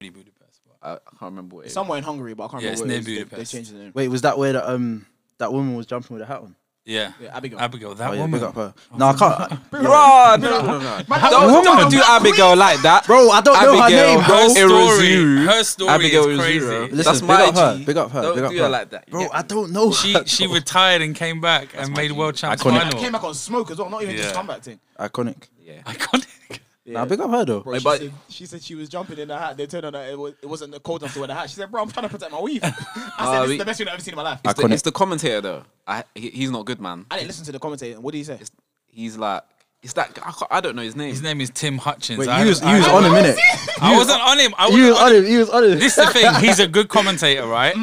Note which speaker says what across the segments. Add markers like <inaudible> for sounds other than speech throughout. Speaker 1: definitely Budapest. But
Speaker 2: I can't remember what. It
Speaker 3: It's somewhere in Hungary, but I can't
Speaker 1: Yeah, it's
Speaker 3: remember. where
Speaker 1: near
Speaker 3: it is. They-
Speaker 1: Budapest.
Speaker 3: They changed the name.
Speaker 4: Wait, was that where that um that woman was jumping with a hat on?
Speaker 1: yeah,
Speaker 3: Yeah, Abigail.
Speaker 1: Abigail, that
Speaker 4: oh, yeah,
Speaker 1: woman.
Speaker 4: big up her. No, I can't.
Speaker 1: Bro,
Speaker 4: No, no, no.
Speaker 2: Ah, Don't, don't do Abigail like that,
Speaker 4: Bro, I don't know her
Speaker 2: Abigail,
Speaker 4: name,
Speaker 1: her
Speaker 4: bro.
Speaker 1: story,
Speaker 2: Irezuru.
Speaker 1: her story
Speaker 2: Abigail
Speaker 1: is crazy.
Speaker 2: Irezuru.
Speaker 4: Listen,
Speaker 2: That's
Speaker 4: big
Speaker 2: my
Speaker 4: up her,
Speaker 2: G.
Speaker 4: big up her,
Speaker 2: Don't
Speaker 4: big up
Speaker 2: do her
Speaker 4: her.
Speaker 2: like that.
Speaker 4: Bro,
Speaker 2: Yeah.
Speaker 4: I don't know.
Speaker 1: She
Speaker 4: her, <laughs>
Speaker 1: she
Speaker 4: bro.
Speaker 1: retired and came back and made world champs
Speaker 2: Iconic.
Speaker 3: I came
Speaker 1: final.
Speaker 3: back on smoke as well, not even just
Speaker 1: Yeah.
Speaker 3: comeback thing.
Speaker 4: iconic.
Speaker 2: Yeah.
Speaker 1: Iconic.
Speaker 4: Nah, big up her though.
Speaker 3: Bro, she,
Speaker 2: but-
Speaker 3: said, she said she was jumping in the hat. They turned on that it, was, it wasn't cold enough to wear the hat. She said, "Bro, I'm trying to protect my weave." <laughs> I said,
Speaker 2: Uh,
Speaker 3: "This
Speaker 2: we-
Speaker 3: is the best thing I've ever seen in my life."
Speaker 2: It's the,
Speaker 4: Iconic.
Speaker 2: it's the commentator though. I he, he's not good, man.
Speaker 3: I didn't listen to the commentator. What did he say?
Speaker 2: It's, he's like it's that I, can't- I don't know his name.
Speaker 1: His name is Tim Hutchins.
Speaker 4: Wait,
Speaker 1: I,
Speaker 4: you was you
Speaker 1: I-
Speaker 4: was on a
Speaker 2: <laughs>
Speaker 4: minute.
Speaker 1: I wasn't on him. I wasn't
Speaker 4: You was
Speaker 1: on
Speaker 4: on
Speaker 1: him.
Speaker 4: it. You was on it.
Speaker 1: This is the thing. He's a good commentator, right?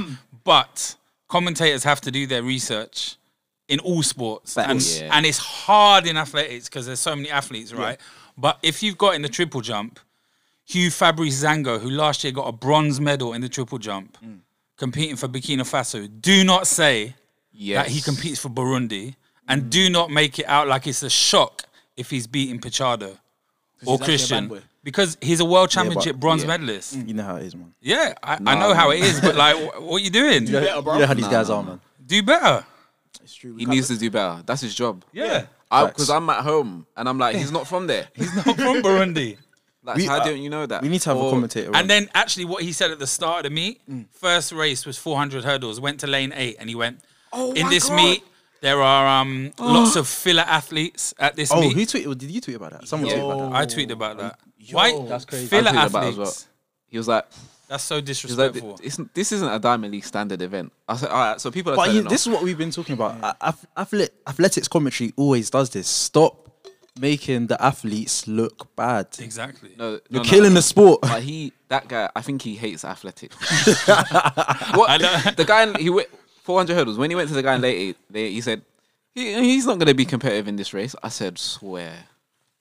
Speaker 1: But commentators have to do their research in all sports, and
Speaker 2: Facts. Yeah.
Speaker 1: and it's hard in athletics because there's so many athletes, right? But if you've got in the triple jump, Hugh Fabrice Zango, who last year got a bronze medal in the triple jump,
Speaker 2: Mm.
Speaker 1: competing for Burkina Faso, do not say
Speaker 2: Yes. Mm.
Speaker 1: that he competes for Burundi, and do not make it out like it's a shock if he's beating Pichardo or
Speaker 3: actually a bad
Speaker 1: Christian
Speaker 3: boy.
Speaker 1: because he's a world championship bronze
Speaker 2: yeah.
Speaker 1: medalist.
Speaker 4: You know how it is, man.
Speaker 1: Yeah, I, I know how it is, but
Speaker 2: <laughs>
Speaker 1: like, wh- what are you doing?
Speaker 3: Do better, bro.
Speaker 4: You know how these guys are, man.
Speaker 1: Do better.
Speaker 3: It's true.
Speaker 2: He needs to do better. That's his job.
Speaker 1: <laughs> Yeah.
Speaker 2: Because I'm at home and I'm like, he's not from there.
Speaker 1: He's not from
Speaker 2: <laughs>
Speaker 1: Burundi.
Speaker 2: Like,
Speaker 4: We-
Speaker 2: how
Speaker 4: uh,
Speaker 2: don't you know that?
Speaker 4: We need to have a
Speaker 2: Or-
Speaker 4: commentator. on.
Speaker 1: And then actually, what he said at the start of the meet,
Speaker 2: Mm.
Speaker 1: first race was 400 hurdles, went to lane eight, and he went,
Speaker 2: Oh
Speaker 1: In
Speaker 2: my
Speaker 1: this
Speaker 2: God.
Speaker 1: meet, there are
Speaker 2: <gasps>
Speaker 1: um, lots of filler athletes at this
Speaker 4: oh,
Speaker 1: meet.
Speaker 4: who tweeted? Did you tweet about that? Someone tweeted about that.
Speaker 2: Oh.
Speaker 1: I tweeted about that. Why?
Speaker 4: That's crazy.
Speaker 1: Filler
Speaker 2: I tweeted about it
Speaker 1: athletes.
Speaker 2: as well. He was like,
Speaker 1: That's so
Speaker 2: he was like
Speaker 1: disrespectful.
Speaker 2: it's, this isn't a Diamond League standard event. I said, all right, so people are
Speaker 4: But
Speaker 2: turning
Speaker 4: you, this is what we've been talking about. A- ath- athlete, athletics commentary always does this. Stop making the athletes look bad.
Speaker 1: exactly.
Speaker 2: off. No,
Speaker 4: You're
Speaker 2: Uh, no, no.
Speaker 4: killing the sport.
Speaker 2: But he, that guy, I think he hates
Speaker 4: <laughs>
Speaker 2: athletics. what,
Speaker 1: know.
Speaker 2: The guy, in- he went 400 hurdles. When he went to the guy in late eight, they, he said, he, he's not going to be competitive in this race. I said, swear.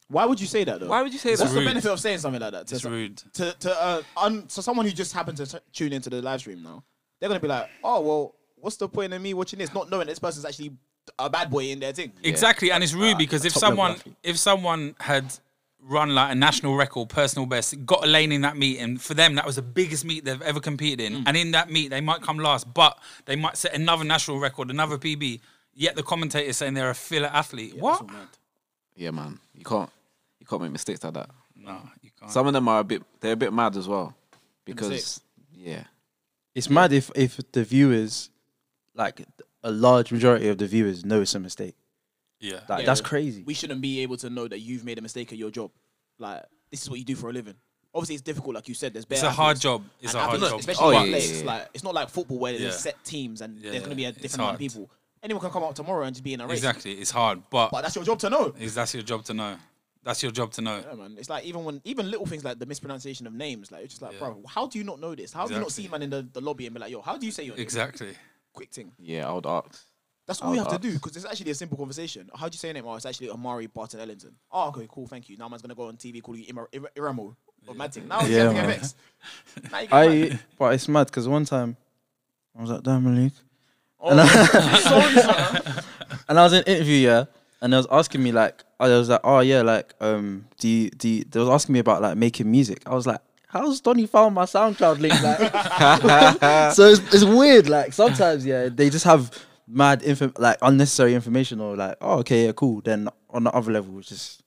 Speaker 3: Why would you say that though?
Speaker 2: Why would you say
Speaker 3: What's
Speaker 2: that?
Speaker 1: rude.
Speaker 3: the benefit of saying something like that? To
Speaker 1: It's
Speaker 3: so-
Speaker 1: rude.
Speaker 3: To to uh, un, so someone who just happened to t- tune into the live stream now, they're gonna be like, "Oh well, what's the point of me watching this? Not knowing this person's actually a bad boy in their thing."
Speaker 1: Exactly, and it's rude because if
Speaker 4: top level
Speaker 1: someone
Speaker 4: athlete.
Speaker 1: if someone had run like a national record, personal best, got a lane in that meet, and for them that was the biggest meet they've ever competed in, and in that meet they might come last, but they might set another national record, another PB. Yet the commentator is saying they're a filler athlete. what?
Speaker 2: Yeah, man. You can't, you can't make mistakes like that.
Speaker 1: No, you can't.
Speaker 2: Some of them are a bit. They're a bit mad as well, because yeah,
Speaker 4: It's mad if if the viewers, like a large majority of the viewers, know it's a mistake.
Speaker 1: yeah,
Speaker 4: Like
Speaker 2: Uh,
Speaker 3: Yeah.
Speaker 4: that's crazy.
Speaker 3: We shouldn't be able to know that you've made a mistake at your job. Like this is what you do for a living. Obviously, it's difficult, like you said. There's
Speaker 1: it's a hard job. It's a
Speaker 3: And I
Speaker 1: hard
Speaker 3: think
Speaker 1: job.
Speaker 3: Especially
Speaker 2: Oh,
Speaker 3: in
Speaker 2: yeah,
Speaker 3: athletics,
Speaker 2: yeah, yeah.
Speaker 3: like it's not like football where
Speaker 1: Yeah.
Speaker 3: there's set teams and
Speaker 1: Yeah,
Speaker 3: there's going to be a
Speaker 1: it's
Speaker 3: different amount of
Speaker 1: hard.
Speaker 3: people. Anyone can come up tomorrow and just be in a race.
Speaker 1: Exactly, it's hard, but,
Speaker 3: But that's your job to know.
Speaker 1: is that's your job to know. That's your job to know.
Speaker 3: Yeah, man. It's like even when even little things like the mispronunciation of names, like it's just like, bro, how do you not know this? How do you not
Speaker 1: Exactly.
Speaker 3: see man in the, the lobby and be like, yo, how do you say your name?
Speaker 1: Exactly.
Speaker 3: quick thing?
Speaker 2: yeah. I would ask.
Speaker 3: That's all
Speaker 2: Oh,
Speaker 3: you have to
Speaker 2: that's-
Speaker 3: do because it's actually a simple conversation. How do you say your name? Oh, it's actually Amari Barton Ellington. Oh, okay, cool, thank you. Now man's gonna go on TV call you Ima- Ir- Iramo or Mad Thing. Now you
Speaker 4: Yeah,
Speaker 3: have to get
Speaker 4: man.
Speaker 3: vexed. Now
Speaker 4: <laughs>
Speaker 3: you get mad.
Speaker 4: I but it's mad because one time I was at Diamond League <laughs> and I was in an interview, yeah, and they was asking me like, I was like, oh yeah, like, um, do you, do you, they was asking me about like making music. I was like, how's Donny found my SoundCloud link? Like, <laughs> so it's, it's weird. Like sometimes, yeah, they just have mad info, like unnecessary information, or like, oh okay, yeah, cool. Then on the other level, it's just,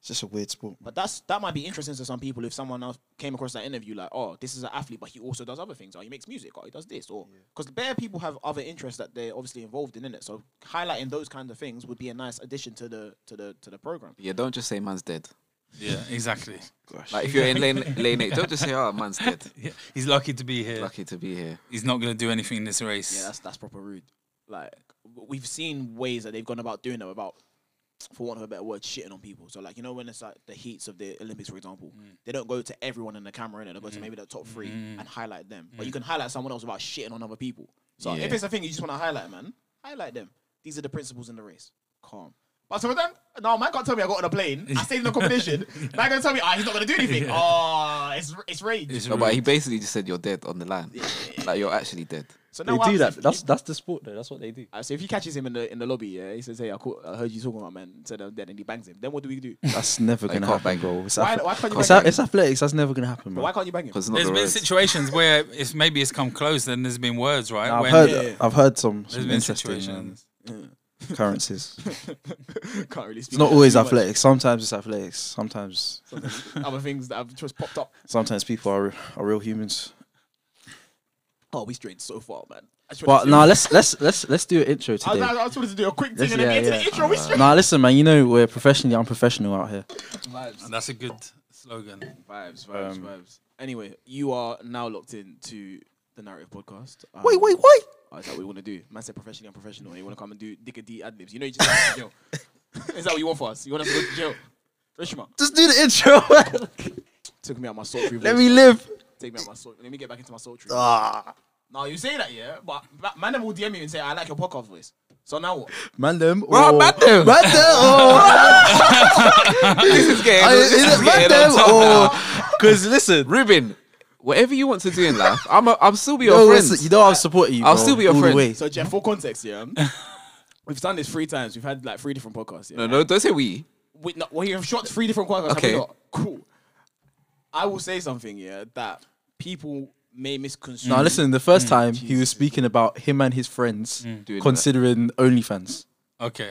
Speaker 4: it's just a weird sport.
Speaker 3: But that's that might be interesting to some people if someone else came across that interview like, oh, this is an athlete, but he also does other things. Or he makes music, or he does this, or because bare people have other interests that they're obviously involved in, it. So highlighting those kinds of things would be a nice addition to the to the to the program.
Speaker 2: Yeah, don't just say man's dead.
Speaker 1: Yeah, exactly. <laughs>
Speaker 2: Like if you're in
Speaker 4: <laughs>
Speaker 2: lane lane eight, don't just say oh man's dead.
Speaker 1: Yeah. He's lucky to be here.
Speaker 2: Lucky to be here.
Speaker 1: He's not going to do anything in this race.
Speaker 3: Yeah, that's that's proper rude. Like w- we've seen ways that they've gone about doing them about, for want of a better word, shitting on people. So like you know when it's like the heats of the Olympics, for example,
Speaker 4: Mm.
Speaker 3: they don't go to everyone in the camera, and they go to maybe the top three and highlight them. But
Speaker 4: Mm.
Speaker 3: you can highlight someone else without shitting on other people. So if
Speaker 2: Yeah.
Speaker 3: it's a thing you just want to highlight, man, highlight them. These are the principles in the race. Calm. But some of them, no, man can't tell me I got on a plane. I stayed in the
Speaker 4: <laughs>
Speaker 3: competition. Man can tell me, ah, he's not gonna do anything. Oh, it's it's rage.
Speaker 1: It's
Speaker 2: No, but
Speaker 1: rude.
Speaker 2: he basically just said you're dead on the line. Like you're actually dead.
Speaker 3: So
Speaker 4: They
Speaker 3: what
Speaker 4: do that.
Speaker 3: happens if-
Speaker 4: That's that's the sport though. That's what they do.
Speaker 3: Uh, so if he catches him in the in the lobby, yeah, he says, "Hey, I, caught, I heard you talking about man," so then, then he bangs him. Then what do we
Speaker 4: <laughs>
Speaker 3: do?
Speaker 4: That's never
Speaker 2: Like,
Speaker 4: gonna
Speaker 2: can't bang.
Speaker 4: happen, bro. It's,
Speaker 3: Why-
Speaker 4: ath-
Speaker 3: why can't you
Speaker 4: it's,
Speaker 3: bang
Speaker 4: a- it's athletics. That's never gonna happen, bro.
Speaker 3: Why can't you bang him?
Speaker 2: because
Speaker 1: There's been situations where it's maybe it's come close, then there's been words, right?
Speaker 4: Now, I've
Speaker 1: When
Speaker 4: heard
Speaker 3: Yeah.
Speaker 4: I've heard some,
Speaker 1: there's
Speaker 4: some
Speaker 1: been
Speaker 4: interesting um,
Speaker 1: situations.
Speaker 4: occurrences.
Speaker 3: <laughs> Can't really speak.
Speaker 4: It's not always
Speaker 3: too much.
Speaker 4: athletics. Sometimes it's athletics. Sometimes
Speaker 3: <laughs> Other things that have just popped up.
Speaker 4: sometimes people are are real humans.
Speaker 3: Oh, we strayed so far, man. I just wanted
Speaker 4: But
Speaker 3: to-
Speaker 4: now let's let's let's let's do an
Speaker 3: I
Speaker 4: intro
Speaker 3: was, <laughs>
Speaker 4: today.
Speaker 3: I was supposed to do a quick thing
Speaker 4: Let's-
Speaker 3: and then get to
Speaker 4: yeah, yeah. Uh,
Speaker 3: the intro. we strayed.
Speaker 4: Nah, listen, man. You know we're professionally unprofessional out here.
Speaker 3: Vibes,
Speaker 1: And that's a good slogan.
Speaker 3: vibes, vibes,
Speaker 4: Um,
Speaker 3: vibes. Anyway, you are now locked in to the narrative podcast. Um,
Speaker 4: Wait, wait, wait.
Speaker 3: Oh, is that what you want to do? Man said professionally unprofessional. and You want to come and do dick a D ad libs. You know you just have to
Speaker 4: <laughs>
Speaker 3: go <laughs> to jail. is that what you want for us? You want us to go to jail? Fresh man.
Speaker 4: Just do the intro. <laughs> man.
Speaker 3: Took me out my soul.
Speaker 4: Let me live.
Speaker 3: Take me out my soul. Let me get back into my soul tree. Ah. Now you say that, yeah, but ma- man never will DM you and say I like your podcast voice. So now what?
Speaker 4: Man them.
Speaker 2: Bro,
Speaker 4: or-
Speaker 2: man them.
Speaker 4: Man them. or- <laughs>
Speaker 2: this is getting,
Speaker 4: I-
Speaker 2: this
Speaker 4: is
Speaker 2: is
Speaker 4: it man
Speaker 2: getting on
Speaker 4: them
Speaker 2: top now.
Speaker 4: or? Because listen.
Speaker 2: Ruben, whatever you want to do in
Speaker 4: <laughs>
Speaker 2: life, I'm a, I'll still be your
Speaker 4: No,
Speaker 2: friend.
Speaker 4: listen, you know I'll support you.
Speaker 2: I'll
Speaker 4: bro,
Speaker 2: still be your
Speaker 4: all the
Speaker 2: friend.
Speaker 4: way.
Speaker 3: So Jeff, for context, yeah, <laughs> we've done this three times. We've had like three different podcasts. Yeah?
Speaker 2: no, no, don't say we.
Speaker 3: we, no, we have shot three different qualifiers.
Speaker 2: Okay.
Speaker 3: Okay. Cool. I will say something, yeah, that people may misconstrue.
Speaker 4: Now listen, the first time he was speaking about him and his friends
Speaker 2: Doing that.
Speaker 4: considering OnlyFans.
Speaker 1: Okay.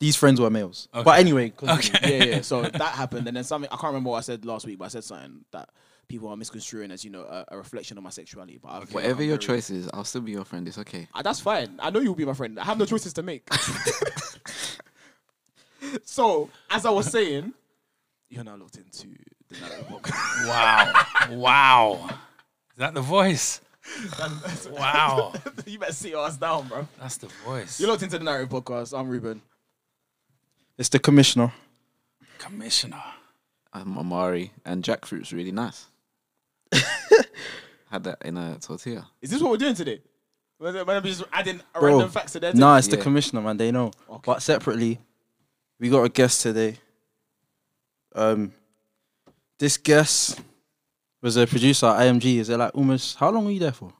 Speaker 4: These friends were males. But anyway, continue.
Speaker 3: Yeah, yeah.
Speaker 2: <laughs>
Speaker 3: So that happened, and then something I can't remember what I said last week, but I said something that people are misconstruing as you know a, a reflection of my sexuality. But I've,
Speaker 2: Whatever
Speaker 3: I'm
Speaker 2: your
Speaker 3: very-
Speaker 2: choice is, I'll still be your friend. It's okay.
Speaker 3: Ah, that's fine. I know you'll be my friend. I have no choices to
Speaker 4: <laughs>
Speaker 3: make. so as I was saying, you're now locked into the narrative podcast.
Speaker 1: Wow. <laughs> wow. Is that the voice? wow.
Speaker 3: <laughs>
Speaker 1: <laughs>
Speaker 3: you better sit your ass down, bro.
Speaker 1: That's the voice.
Speaker 3: You're locked into the narrative podcast. I'm Ruben.
Speaker 4: it's the commissioner.
Speaker 1: Commissioner.
Speaker 2: I'm Amari, and jackfruit's really
Speaker 4: <laughs>
Speaker 2: nice. Had that in a tortilla.
Speaker 3: Is this what we're doing today? Man, man, I'm just adding a
Speaker 4: Bro,
Speaker 3: random facts to their
Speaker 4: Nah, it's
Speaker 2: Yeah.
Speaker 4: the commissioner, man. They know.
Speaker 3: Okay.
Speaker 4: But separately, we got a guest today. Um, this guest was a producer at IMG. Is it like almost how long were you there for?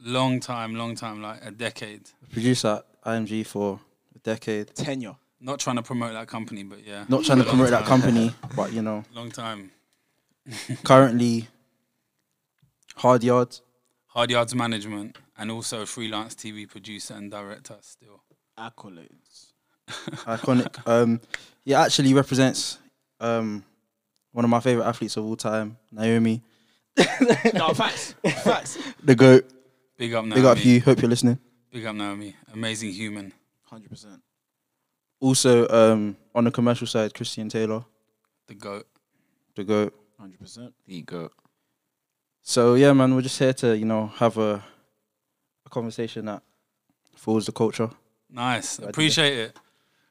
Speaker 1: Long time, long time, like a decade.
Speaker 4: Producer at IMG for a decade.
Speaker 3: tenure.
Speaker 1: Not trying to promote that company, but yeah.
Speaker 4: Not trying to promote that company, but you know,
Speaker 1: Long time.
Speaker 4: currently hard <laughs> yards.
Speaker 1: Hard Yards Management and also a freelance TV producer and director still.
Speaker 3: Accolades.
Speaker 4: iconic. Um, yeah, actually represents um one of my favorite athletes of all time, Naomi,
Speaker 3: no,
Speaker 4: <laughs>
Speaker 3: facts. Facts.
Speaker 4: the goat.
Speaker 1: Big up Naomi.
Speaker 4: Big up you. Hope you're listening.
Speaker 1: Big up Naomi. Amazing human.
Speaker 3: 100%.
Speaker 4: Also, um, on the commercial side, Christian Taylor,
Speaker 1: The GOAT.
Speaker 4: the goat.
Speaker 3: 100%.
Speaker 2: There you go.
Speaker 4: So yeah, man, we're just here to you know have a, a conversation that forwards the culture.
Speaker 1: Nice. Appreciate it.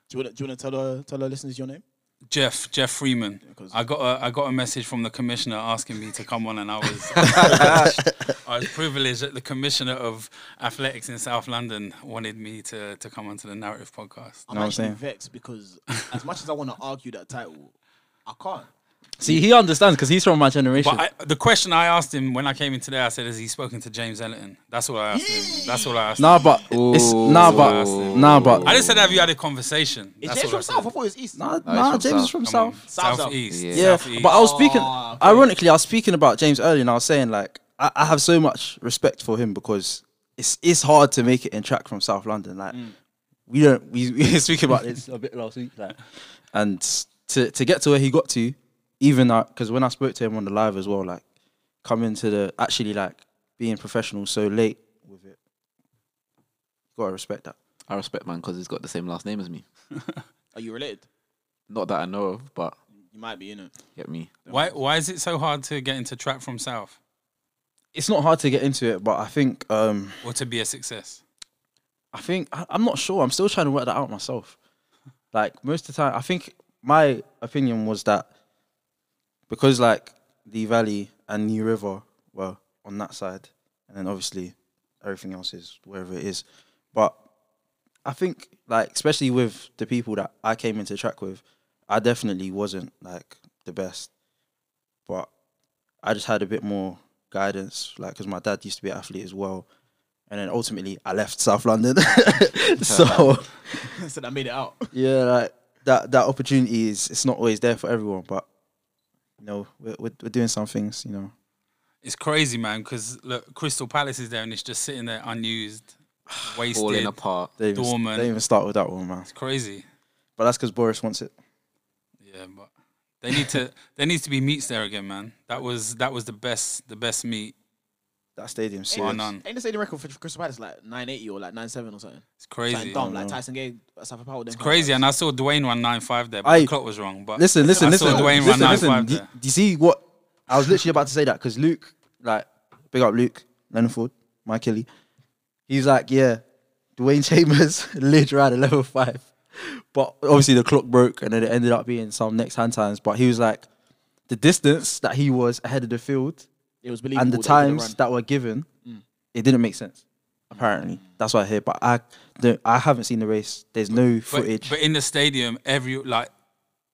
Speaker 3: Do you want to tell her, tell her listeners your name?
Speaker 1: Jeff, Jeff Freeman.
Speaker 3: 'cause-
Speaker 1: I got a I got a message from the commissioner asking me to come on, and I was
Speaker 4: <laughs>
Speaker 1: I was privileged that the commissioner of athletics in South London wanted me to to come onto the narrative podcast.
Speaker 3: I'm
Speaker 4: Know what I'm
Speaker 3: actually
Speaker 4: saying?
Speaker 3: vexed because as much as I want to argue that title, I can't.
Speaker 4: See, he understands because he's from my generation.
Speaker 1: But I, the question I asked him when I came in today, I said, "Has he spoken to James Ellerton?" That's all I asked him. That's all I asked.
Speaker 4: nah, but it's nah, but
Speaker 2: Ooh.
Speaker 4: nah, but
Speaker 1: him. I just said, "Have you had a conversation?"
Speaker 3: Is
Speaker 1: That's
Speaker 3: James
Speaker 1: all I
Speaker 3: from
Speaker 1: said.
Speaker 3: South? I thought it was East.
Speaker 4: nah,
Speaker 2: No, he's
Speaker 4: nah,
Speaker 2: from
Speaker 4: James is
Speaker 2: South.
Speaker 4: from
Speaker 1: Come
Speaker 4: South.
Speaker 1: on.
Speaker 3: South.
Speaker 1: Southeast.
Speaker 2: Yeah.
Speaker 4: Yeah,
Speaker 1: Southeast.
Speaker 4: but I was speaking.
Speaker 3: Oh, okay.
Speaker 4: Ironically, I was speaking about James earlier, and I was saying like I, I have so much respect for him because it's it's hard to make it in track from South London. Like we don't we <laughs> we were speaking about this Mm. a bit last week, like and to to get to where he got to, even because when I spoke to him on the live as well, like coming to the actually like being professional so late with it, gotta respect that.
Speaker 2: I respect man because he's got the same last name as me.
Speaker 3: Are you related?
Speaker 2: Not that I know of, but
Speaker 3: You might be, you
Speaker 4: <laughs>
Speaker 3: know.
Speaker 2: get me.
Speaker 1: Why Why is it so hard to get into track from South
Speaker 4: It's not hard to get into it, but I think um
Speaker 1: or to be a success?
Speaker 4: I think I, I'm not sure. I'm still trying to work that out myself. Like most of the time, I think my opinion was that because like the Valley and New River were on that side, and then obviously everything else is wherever it is. But I think like especially with the people that I came into track with, I definitely wasn't like the best, but I just had a bit more guidance, like because my dad used to be an athlete as well And then ultimately, I left South London. <laughs> so
Speaker 3: so that made it out.
Speaker 4: yeah, like that that opportunity is it's not always there for everyone, but you know we're we're, we're doing some things. You know,
Speaker 1: It's crazy, man. Because look, Crystal Palace is there and it's just sitting there
Speaker 2: <sighs>
Speaker 1: unused, wasted.
Speaker 2: falling apart.
Speaker 4: they even,
Speaker 1: Dorman.
Speaker 4: they even start with that one, man.
Speaker 1: It's crazy.
Speaker 4: But that's because Boris wants it.
Speaker 1: Yeah, but they need to.
Speaker 2: <laughs>
Speaker 1: there needs to be meets there again, man. That was that was the best the best meet.
Speaker 4: That stadium,
Speaker 1: Bar
Speaker 4: serious.
Speaker 1: none.
Speaker 3: <laughs> Ain't the stadium record for Crystal Palace like nine eighty or like nine seven or something?
Speaker 1: It's crazy.
Speaker 3: Something dumb,
Speaker 4: I
Speaker 3: like
Speaker 4: know.
Speaker 3: Tyson Gay, Safa Powell. It's
Speaker 1: Crazy, and I saw Dwayne one nine five there, but
Speaker 4: Aye.
Speaker 1: the clock was wrong. But
Speaker 4: Listen, listen,
Speaker 1: I
Speaker 4: listen,
Speaker 1: saw Dwayne
Speaker 4: listen,
Speaker 1: run
Speaker 4: listen.
Speaker 1: 9-5
Speaker 4: Do,
Speaker 1: there.
Speaker 4: do you see what I was literally about to say that because Luke, like, big up Luke Leonard Ford, Mike Kelly. He's like, yeah, Dwayne Chambers <laughs> lived around at level five, but obviously the clock broke and then it ended up being some next hand times. But he was like, the distance that he was ahead of the field
Speaker 3: It was believable.
Speaker 4: and the
Speaker 3: that they would've
Speaker 4: times
Speaker 3: run.
Speaker 4: that were given,
Speaker 1: Mm.
Speaker 4: it didn't make sense. Apparently, that's what I hear. But I, don't, I haven't seen the race. There's no footage.
Speaker 1: But, but in the stadium, every like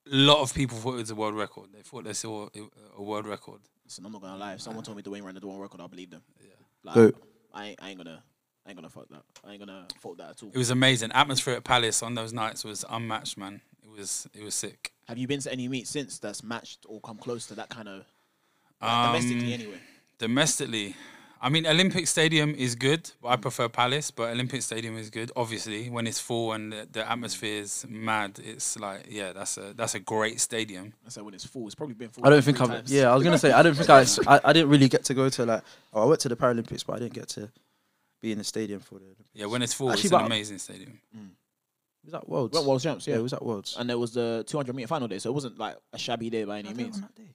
Speaker 1: lot of people thought it was a world record. They thought they saw a- a world record.
Speaker 3: Listen, I'm not gonna lie. If someone told me Dwayne ran the Dwayne record, I believe them. Yeah. Like,
Speaker 4: Go.
Speaker 3: I, ain't, I ain't gonna, I ain't gonna fuck that. I ain't gonna fault that at all.
Speaker 1: It was amazing. Atmosphere at Palace on those nights was unmatched, man. It was it was sick.
Speaker 3: Have you been to any meet since that's matched or come close to that kind of
Speaker 1: Um,
Speaker 3: domestically anyway?
Speaker 1: Domestically, I mean, Olympic Stadium is good, but I prefer Palace. But Olympic Stadium is good, obviously, when it's full and the, the atmosphere is mad. It's like, yeah, that's a that's a great stadium.
Speaker 3: I said when it's full, it's probably been full.
Speaker 4: I don't think
Speaker 3: three
Speaker 4: I've.
Speaker 3: times.
Speaker 4: Yeah, I was gonna say I don't think I, I. I didn't really get to go to like. Oh, I went to the Paralympics, but I didn't get to be in the stadium for the. Olympics.
Speaker 1: Yeah, when it's full,
Speaker 4: Actually,
Speaker 1: it's an
Speaker 4: but-
Speaker 1: amazing stadium.
Speaker 4: It was that Worlds.
Speaker 3: Well, World Champs,
Speaker 4: yeah,
Speaker 3: yeah.
Speaker 4: it was that Worlds.
Speaker 3: and there was the 200 meter final day, so it wasn't like a shabby day by
Speaker 4: I
Speaker 3: any
Speaker 4: was there
Speaker 3: means.
Speaker 4: on that day.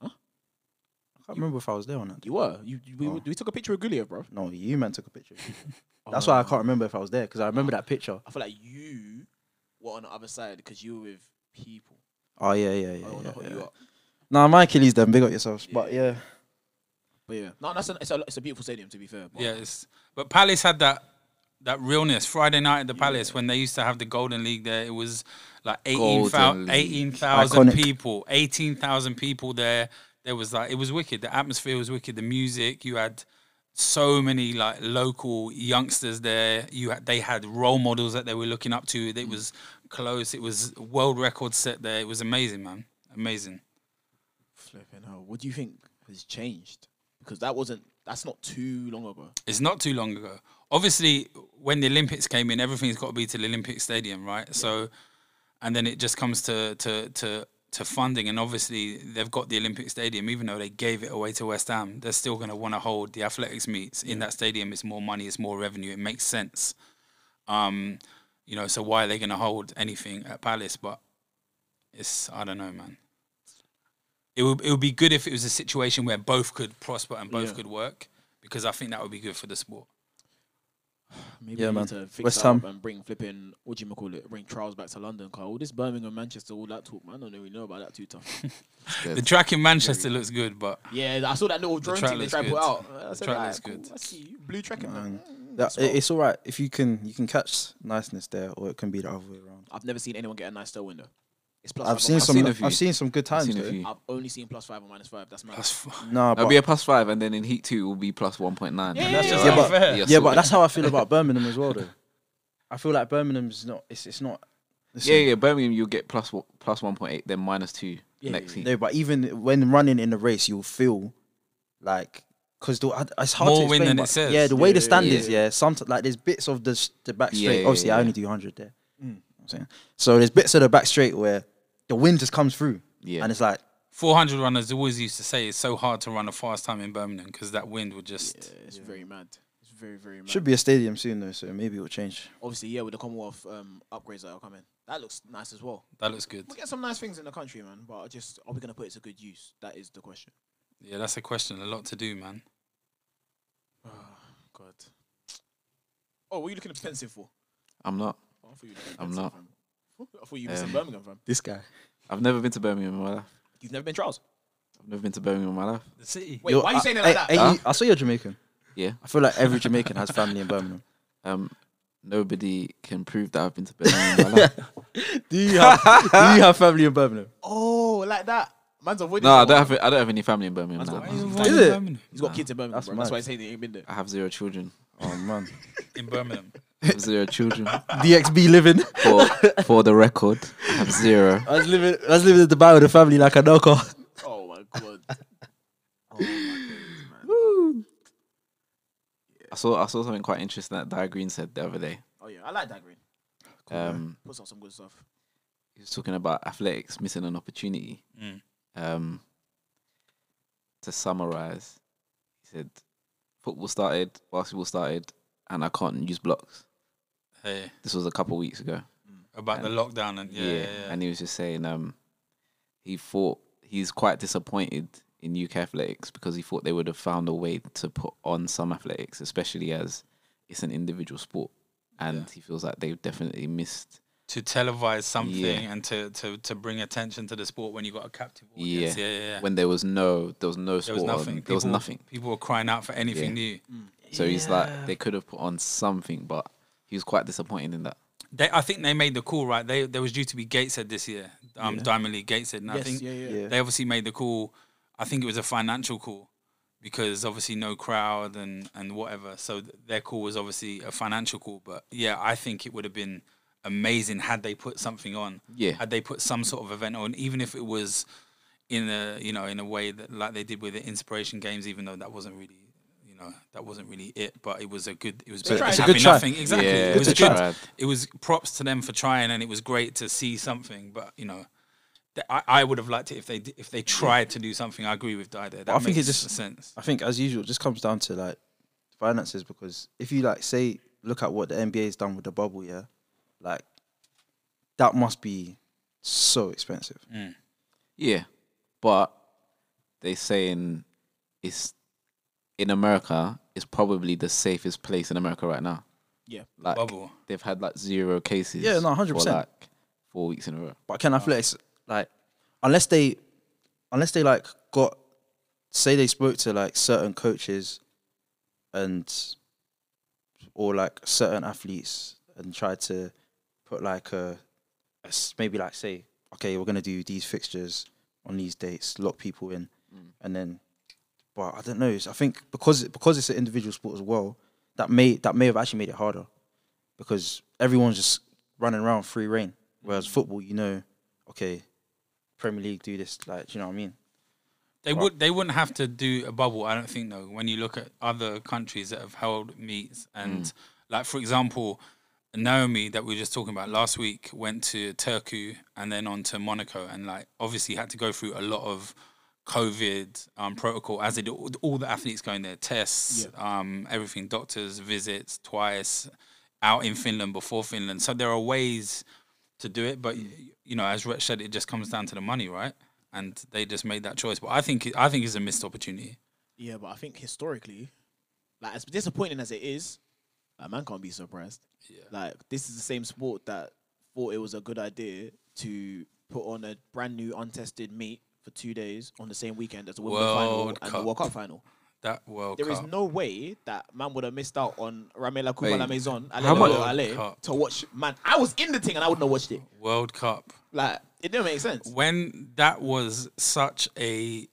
Speaker 3: Huh?
Speaker 4: I can't remember if I was there or not.
Speaker 3: You were. You, you- we,
Speaker 4: Oh.
Speaker 3: we took a picture of Guliev, bro.
Speaker 4: No, you man took a <laughs> picture. That's why I can't remember if I was there because I remember that picture.
Speaker 3: I feel like you were on the other side because you were with people.
Speaker 4: Oh yeah, yeah, yeah.
Speaker 3: I don't
Speaker 4: yeah,
Speaker 3: know what
Speaker 4: yeah.
Speaker 3: you are.
Speaker 4: Nah, my Achilles then. Big up yourselves. But yeah,
Speaker 3: But yeah, no, that's a, it's, a, it's a beautiful stadium to be fair. But
Speaker 1: Yeah, it's, but Palace had that that realness. Friday night at the Palace when they used to have the Golden League there, it was like
Speaker 2: Golden
Speaker 1: 18,000
Speaker 2: League.
Speaker 1: 18,000
Speaker 4: Iconic.
Speaker 1: people, eighteen thousand people there. There was like it was wicked. The atmosphere was wicked. The music you had so many like local youngsters there. You had, they had role models that they were looking up to.
Speaker 2: Mm.
Speaker 1: It was close. It was world record set there. It was amazing, man. Amazing.
Speaker 3: flipping hell, what do you think has changed? Because that wasn't that's not too long ago.
Speaker 1: It's not too long ago. Obviously, when the Olympics came in, everything's got to be to the Olympic Stadium, right? So, and then it just comes to to to to funding, and obviously they've got the Olympic Stadium. Even though they gave it away to West Ham, they're still going to want to hold the athletics meets in that stadium. It's more money, it's more revenue. It makes sense. Um, you know, so why are they going to hold anything at Palace? But it's I don't know, man. It would it would be good if it was a situation where both could prosper and both
Speaker 3: Yeah.
Speaker 1: could work because I think that would be good for the sport.
Speaker 3: Maybe
Speaker 4: Yeah,
Speaker 3: we
Speaker 4: man.
Speaker 3: need to fix
Speaker 4: West
Speaker 3: that up
Speaker 4: Ham.
Speaker 3: and bring flipping what do you call it? Bring trials back to London, Carl. All this Birmingham, Manchester, all that talk, man. I don't really know about that too
Speaker 4: <laughs>
Speaker 3: tough.
Speaker 1: The track in Manchester looks good, but
Speaker 3: yeah, I saw that little drone
Speaker 1: track
Speaker 3: thing they
Speaker 1: looks
Speaker 3: tried to put
Speaker 1: good.
Speaker 3: out. I said,
Speaker 1: track
Speaker 3: "Alright,
Speaker 1: looks
Speaker 3: cool,
Speaker 1: good.
Speaker 3: I see you. blue tracking man.
Speaker 4: that, it- it's all right if you can. You can catch niceness there, or it can be the other way around.
Speaker 3: I've never seen anyone get a nice tail window. It's plus.
Speaker 4: I've
Speaker 3: five
Speaker 4: seen
Speaker 3: or
Speaker 4: some.
Speaker 2: seen a few.
Speaker 4: I've seen some
Speaker 2: I've
Speaker 4: good times.
Speaker 2: seen a
Speaker 4: though.
Speaker 2: few.
Speaker 3: minus- I've only seen plus five or minus five. That's mad.
Speaker 1: that's f-
Speaker 4: Nah,
Speaker 2: That'll
Speaker 4: but
Speaker 2: be a plus five, and then in heat two it will be plus one point nine.
Speaker 3: Yeah,
Speaker 1: that's
Speaker 3: yeah,
Speaker 1: just
Speaker 4: yeah, but-
Speaker 1: unfair.
Speaker 4: yeah, but that's how I feel about Birmingham as well, though. I feel like Birmingham's not. It's it's not.
Speaker 2: yeah, yeah. Birmingham, you'll get plus one- plus one point eight, then minus two
Speaker 3: Yeah,
Speaker 2: next
Speaker 3: yeah,
Speaker 2: heat.
Speaker 4: No, but even when running in the race, you'll feel like because it's hard
Speaker 1: More
Speaker 4: to
Speaker 1: win
Speaker 4: explain.
Speaker 1: than
Speaker 4: but
Speaker 1: it says.
Speaker 4: Yeah, the way the
Speaker 3: Yeah,
Speaker 4: stand
Speaker 2: yeah,
Speaker 4: is. Yeah, some like there's bits of the s- the back
Speaker 2: Yeah,
Speaker 4: straight.
Speaker 2: yeah,
Speaker 4: Obviously, I
Speaker 2: yeah.
Speaker 4: only do hundred there. I'm saying so. There's bits of the back straight where the wind just comes through.
Speaker 2: Yeah.
Speaker 4: and it's like
Speaker 1: 400 runners always used to say it's so hard to run a fast time in Birmingham because that wind would just.
Speaker 3: Yeah, it's very mad. It's very very mad.
Speaker 4: should be a stadium soon though, so maybe it'll change.
Speaker 3: Obviously, yeah, with the Commonwealth um, upgrades that are coming, that looks nice as well.
Speaker 1: That looks good.
Speaker 3: We get some nice things in the country, man. But I just are we gonna put it to good use? That is the question.
Speaker 1: Yeah, that's a question. A lot to do, man.
Speaker 3: Oh God. Oh, what are you looking pensive for?
Speaker 2: I'm not.
Speaker 3: Oh, I thought you were looking
Speaker 2: I'm
Speaker 3: pensive,
Speaker 2: not.
Speaker 3: fam. I thought you were in
Speaker 2: Um,
Speaker 3: Birmingham, fam.
Speaker 4: This guy,
Speaker 2: I've never been to Birmingham in my life.
Speaker 3: You've never been trials.
Speaker 2: I've never been to Birmingham in my life.
Speaker 1: The city.
Speaker 3: Wait, why are you saying it
Speaker 4: I,
Speaker 3: like that?
Speaker 4: I,
Speaker 2: Huh?
Speaker 4: I saw you're Jamaican.
Speaker 2: Yeah.
Speaker 4: I feel like every Jamaican has family in Birmingham.
Speaker 2: Um, nobody can prove that I've been
Speaker 1: <laughs>
Speaker 2: to Birmingham in my life.
Speaker 4: Do you have, do you have family in Birmingham?
Speaker 3: Oh, like that. Man's avoiding.
Speaker 2: No, I
Speaker 3: that
Speaker 2: don't
Speaker 3: one.
Speaker 2: have I don't have any family in Birmingham.
Speaker 3: That's
Speaker 2: now.
Speaker 3: what-
Speaker 1: Why are you
Speaker 3: Is
Speaker 1: avoiding
Speaker 4: it?
Speaker 1: Birmingham?
Speaker 3: He's got kids in Birmingham.
Speaker 4: That's
Speaker 3: That's, bro. that's
Speaker 4: mad.
Speaker 3: why he's saying he ain't been there.
Speaker 2: I have zero children.
Speaker 4: Oh man,
Speaker 1: in Birmingham.
Speaker 2: I have zero children.
Speaker 4: DXB living.
Speaker 2: For for the record, I have zero.
Speaker 4: I was living. I was living in Dubai with a family like a knocker.
Speaker 3: <laughs> Oh my god. <laughs> Oh,
Speaker 2: I saw I saw something quite interesting that Di Green said the other day.
Speaker 3: Oh yeah, I like that green.
Speaker 2: Um,
Speaker 3: Puts on some good stuff.
Speaker 2: he was talking about athletics missing an opportunity. <laughs>
Speaker 1: Mm.
Speaker 2: Um, to summarize, he said, "Football started, basketball started, and I can't use blocks."
Speaker 1: Hey,
Speaker 2: This was a couple weeks ago.
Speaker 1: about the lockdown and yeah, yeah, yeah.
Speaker 2: And he was just saying, um, he thought he's quite disappointed in UK athletics because he thought they would have found a way to put on some athletics, especially as it's an individual sport, and he feels like they've definitely missed.
Speaker 1: to televise something
Speaker 2: Yeah.
Speaker 1: and to, to to bring attention to the sport when you got a captive
Speaker 2: Yeah.
Speaker 1: audience. Yeah, yeah, yeah.
Speaker 2: When there was no, there was no
Speaker 1: there
Speaker 2: sport.
Speaker 1: was
Speaker 2: on,
Speaker 1: nothing.
Speaker 2: there was
Speaker 1: People-
Speaker 2: nothing.
Speaker 1: People were crying out for anything
Speaker 2: Yeah.
Speaker 1: new.
Speaker 2: So he's like, they could have put on something, but he was quite disappointed in that.
Speaker 1: They, I think they made the call right. They there was due to be Gateshead this year. Um, Diamond League Gateshead. And I
Speaker 3: Yes,
Speaker 1: think
Speaker 3: yeah, yeah.
Speaker 4: Yeah.
Speaker 1: they obviously made the call. I think it was a financial call because obviously no crowd and and whatever. So th- their call was obviously a financial call. But yeah, I think it would have been amazing had they put something on.
Speaker 2: Yeah.
Speaker 1: Had they put some sort of event on, even if it was in a you know in a way that like they did with the inspiration games, even though that wasn't really. you know That wasn't really it, but it was a good. It was better
Speaker 3: tried.
Speaker 1: than
Speaker 3: It's a
Speaker 4: good
Speaker 1: having
Speaker 4: try.
Speaker 1: nothing. Exactly,
Speaker 2: Yeah,
Speaker 1: it was
Speaker 2: they
Speaker 1: a good
Speaker 2: tried.
Speaker 1: it was props to them for trying, and it was great to see something. But you know, th- I, I would have liked it if they d- if they tried to do something. I agree with Dida. That
Speaker 4: I think
Speaker 1: makes
Speaker 4: it just-
Speaker 1: sense.
Speaker 4: I think, as usual, it just comes down to like finances because if you like say look at what the NBA's done with the bubble, yeah, like that must be so expensive.
Speaker 2: Yeah, but they saying it's in America. It's probably the safest place in America right now.
Speaker 3: Yeah.
Speaker 2: like
Speaker 1: Bubble.
Speaker 2: they've had like zero cases.
Speaker 4: Yeah, no, 100%.
Speaker 2: for, Like four weeks in a row.
Speaker 4: But can athletics like unless they unless they like got say they spoke to like certain coaches and or like certain athletes and tried to put like a, a s- maybe like say okay we're gonna do these fixtures on these dates lock people in and then but I don't know it's, I think because it- because it's an individual sport as well that may that may have actually made it harder because everyone's just running around free reign. Whereas football, you know, okay, Premier League do this, like, do you know what I mean?
Speaker 1: They would they wouldn't have to do a bubble. I don't think though. When you look at other countries that have held meets, and like for example, Naomi that we were just talking about last week went to Turku and then on to Monaco, and like obviously had to go through a lot of COVID um, protocol as did all, all the athletes going there, tests, um, everything, doctors visits twice, out in Finland before Finland. So there are ways to do it. But y you know, as Rich said, it just comes down to the money, right? And they just made that choice. But I think it- I think it's a missed opportunity.
Speaker 3: Yeah, but I think historically, like as disappointing as it is, like man can't be surprised.
Speaker 1: Yeah.
Speaker 3: Like this is the same sport that thought it was a good idea to put on a brand new untested meet for two days on the same weekend as the Wimbledon final
Speaker 1: World
Speaker 3: and
Speaker 1: Cup.
Speaker 3: the World Cup final.
Speaker 1: That World
Speaker 3: There is
Speaker 1: Cup.
Speaker 3: no way that man would have missed out on Ramela Cuba
Speaker 2: Wait,
Speaker 3: La Maison, Ale
Speaker 2: how
Speaker 3: Le
Speaker 2: much-
Speaker 3: Lolo Ale,
Speaker 1: Cup.
Speaker 3: to watch. Man, I was in the thing and I wouldn't have watched it.
Speaker 1: World Cup.
Speaker 3: Like it didn't make sense.
Speaker 1: When that was such a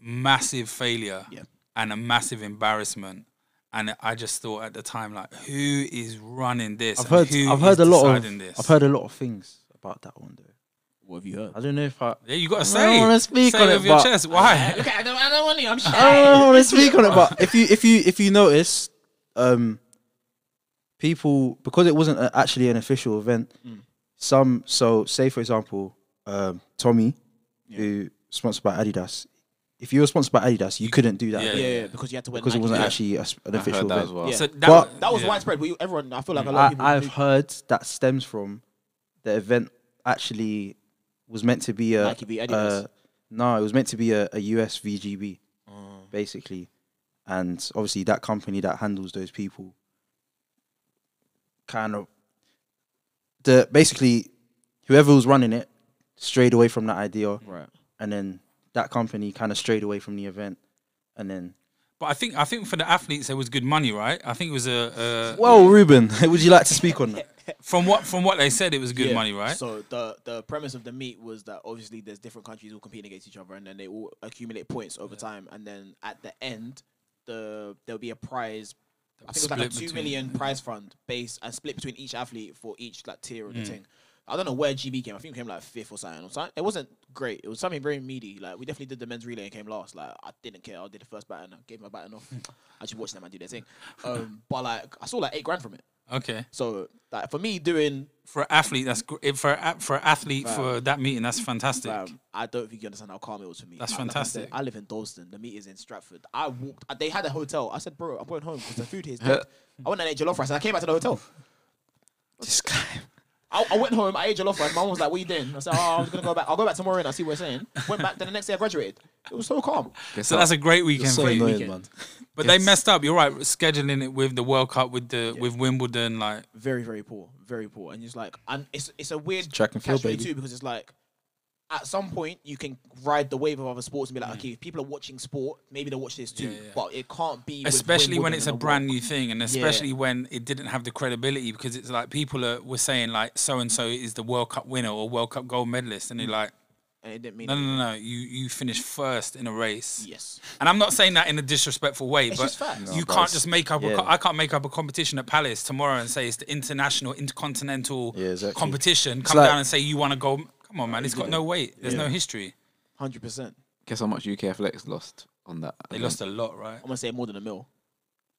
Speaker 1: massive failure
Speaker 3: Yeah.
Speaker 1: and a massive embarrassment. And I just thought at the time, like, who is running this?
Speaker 4: I've
Speaker 1: and
Speaker 4: heard
Speaker 1: who
Speaker 4: I've
Speaker 1: is
Speaker 4: heard a lot of
Speaker 1: deciding this?
Speaker 4: I've heard a lot of things about that one though.
Speaker 3: What have you heard?
Speaker 4: I don't know if I
Speaker 1: Yeah, you got to
Speaker 4: I
Speaker 1: say.
Speaker 4: don't wanna speak
Speaker 1: say
Speaker 4: on
Speaker 1: it
Speaker 4: it,
Speaker 1: with your
Speaker 4: but-
Speaker 1: chest.
Speaker 3: <laughs>
Speaker 1: Why?
Speaker 3: Okay, I don't, I don't want to. I'm shy.
Speaker 4: <laughs> I don't want to speak on it, but if you if you if you notice, um, people because it wasn't a, actually an official event. Some so say for example, um, Tommy, who sponsored by Adidas. If you were sponsored by Adidas, you couldn't do that
Speaker 1: Yeah,
Speaker 4: event
Speaker 3: yeah, yeah, because you had to wear
Speaker 4: because it
Speaker 3: Nike.
Speaker 4: wasn't
Speaker 3: Yeah.
Speaker 4: actually a, s- an
Speaker 2: I heard
Speaker 4: official
Speaker 2: that
Speaker 4: event.
Speaker 2: as well.
Speaker 1: So that,
Speaker 4: But-
Speaker 3: That was
Speaker 1: yeah. Mm.
Speaker 3: widespread. We, everyone, I feel like a lot of
Speaker 4: I,
Speaker 3: people.
Speaker 4: I've
Speaker 3: knew.
Speaker 4: heard that stems from the event actually was meant to be a
Speaker 3: Nike v Adidas. Oh.
Speaker 4: a- no, it was meant to be a, a US VGB basically, and obviously that company that handles those people kind of the basically whoever was running it strayed away from that idea,
Speaker 3: Right.
Speaker 4: and then that company kind of strayed away from the event, and then
Speaker 1: But I think I think for the athletes there was good money, right? I think it was a, a
Speaker 4: Well, Ruben, <laughs> would you like to
Speaker 3: <laughs>
Speaker 4: speak on that?
Speaker 1: from what from what they said it was good
Speaker 3: Yeah.
Speaker 1: money, right?
Speaker 3: So the the premise of the meet was that obviously there's different countries all competing against each other, and then they all accumulate points over time, and then at the end, the there'll be a prize. I think it was like a
Speaker 1: Split
Speaker 3: two million
Speaker 1: between-
Speaker 3: prize fund base and split between each athlete for each like tier
Speaker 1: Mm.
Speaker 3: of the thing. I don't know where GB came. I think we came like fifth or something. Or something. It wasn't great. It was something very meaty. Like we definitely did the men's relay and came last. Like I didn't care. I did the first baton. I gave my
Speaker 1: <laughs>
Speaker 3: baton off. I just watched them and do their thing. Um, but like I saw like eight grand from it.
Speaker 1: Okay,
Speaker 3: So like for me doing
Speaker 1: for an athlete that's gr- if for a- for an athlete for that meeting that's fantastic.
Speaker 3: Fam, um, I don't think you understand how calm it was for me.
Speaker 1: That's
Speaker 3: Like I said,
Speaker 1: fantastic.
Speaker 3: I live in Dalston. The meet is in Stratford. I walked. uh, They had a hotel. I said, bro, I'm going home because the food here is
Speaker 4: <laughs>
Speaker 3: dead. I went and ate jollof rice and I came back to the hotel.
Speaker 4: This guy.
Speaker 3: I, I went home. I ate jollof rice. My mom was like, "What you doing?" I said, "Oh, I was gonna go back. I'll go back tomorrow and I see what you're saying." Went back. Then the next day, I graduated. It was so calm.
Speaker 1: So that's a great weekend
Speaker 4: So
Speaker 1: for you.
Speaker 4: annoying, man.
Speaker 1: But they messed up. You're right, scheduling it with the World Cup, with the with Wimbledon, like
Speaker 3: Very, very poor. Very poor. And it's like, and it's it's a weird
Speaker 4: track and field,
Speaker 3: catch-22
Speaker 4: baby.
Speaker 3: because it's like. At some point, you can ride the wave of other sports and be like, okay, if people are watching sport, maybe they'll watch this too.
Speaker 1: Mm. yeah.
Speaker 3: But it can't be, with
Speaker 1: especially when
Speaker 3: Wimbledon
Speaker 1: it's a
Speaker 3: and the World
Speaker 1: brand new thing and especially when it didn't have the credibility because it's like people are, were saying like so and so is the world cup winner or world cup gold medalist and they're
Speaker 3: Mm.
Speaker 1: like
Speaker 3: and it didn't mean
Speaker 1: no no no no you you finished first in a race
Speaker 3: yes.
Speaker 1: and i'm not saying that in a disrespectful way but
Speaker 3: just facts. No,
Speaker 1: you
Speaker 4: but
Speaker 1: can't
Speaker 4: it's-
Speaker 1: just make up a co-
Speaker 4: yeah.
Speaker 1: i can't make up a competition at palace tomorrow and say it's the international intercontinental
Speaker 4: Yeah, exactly.
Speaker 1: competition come
Speaker 4: like-
Speaker 1: down and say you want to go come on man it's got no weight there's no history
Speaker 3: Hundred percent.
Speaker 2: Guess how much UK Athletics lost on that?
Speaker 1: they lost a lot right
Speaker 3: I'm gonna say more than a mil.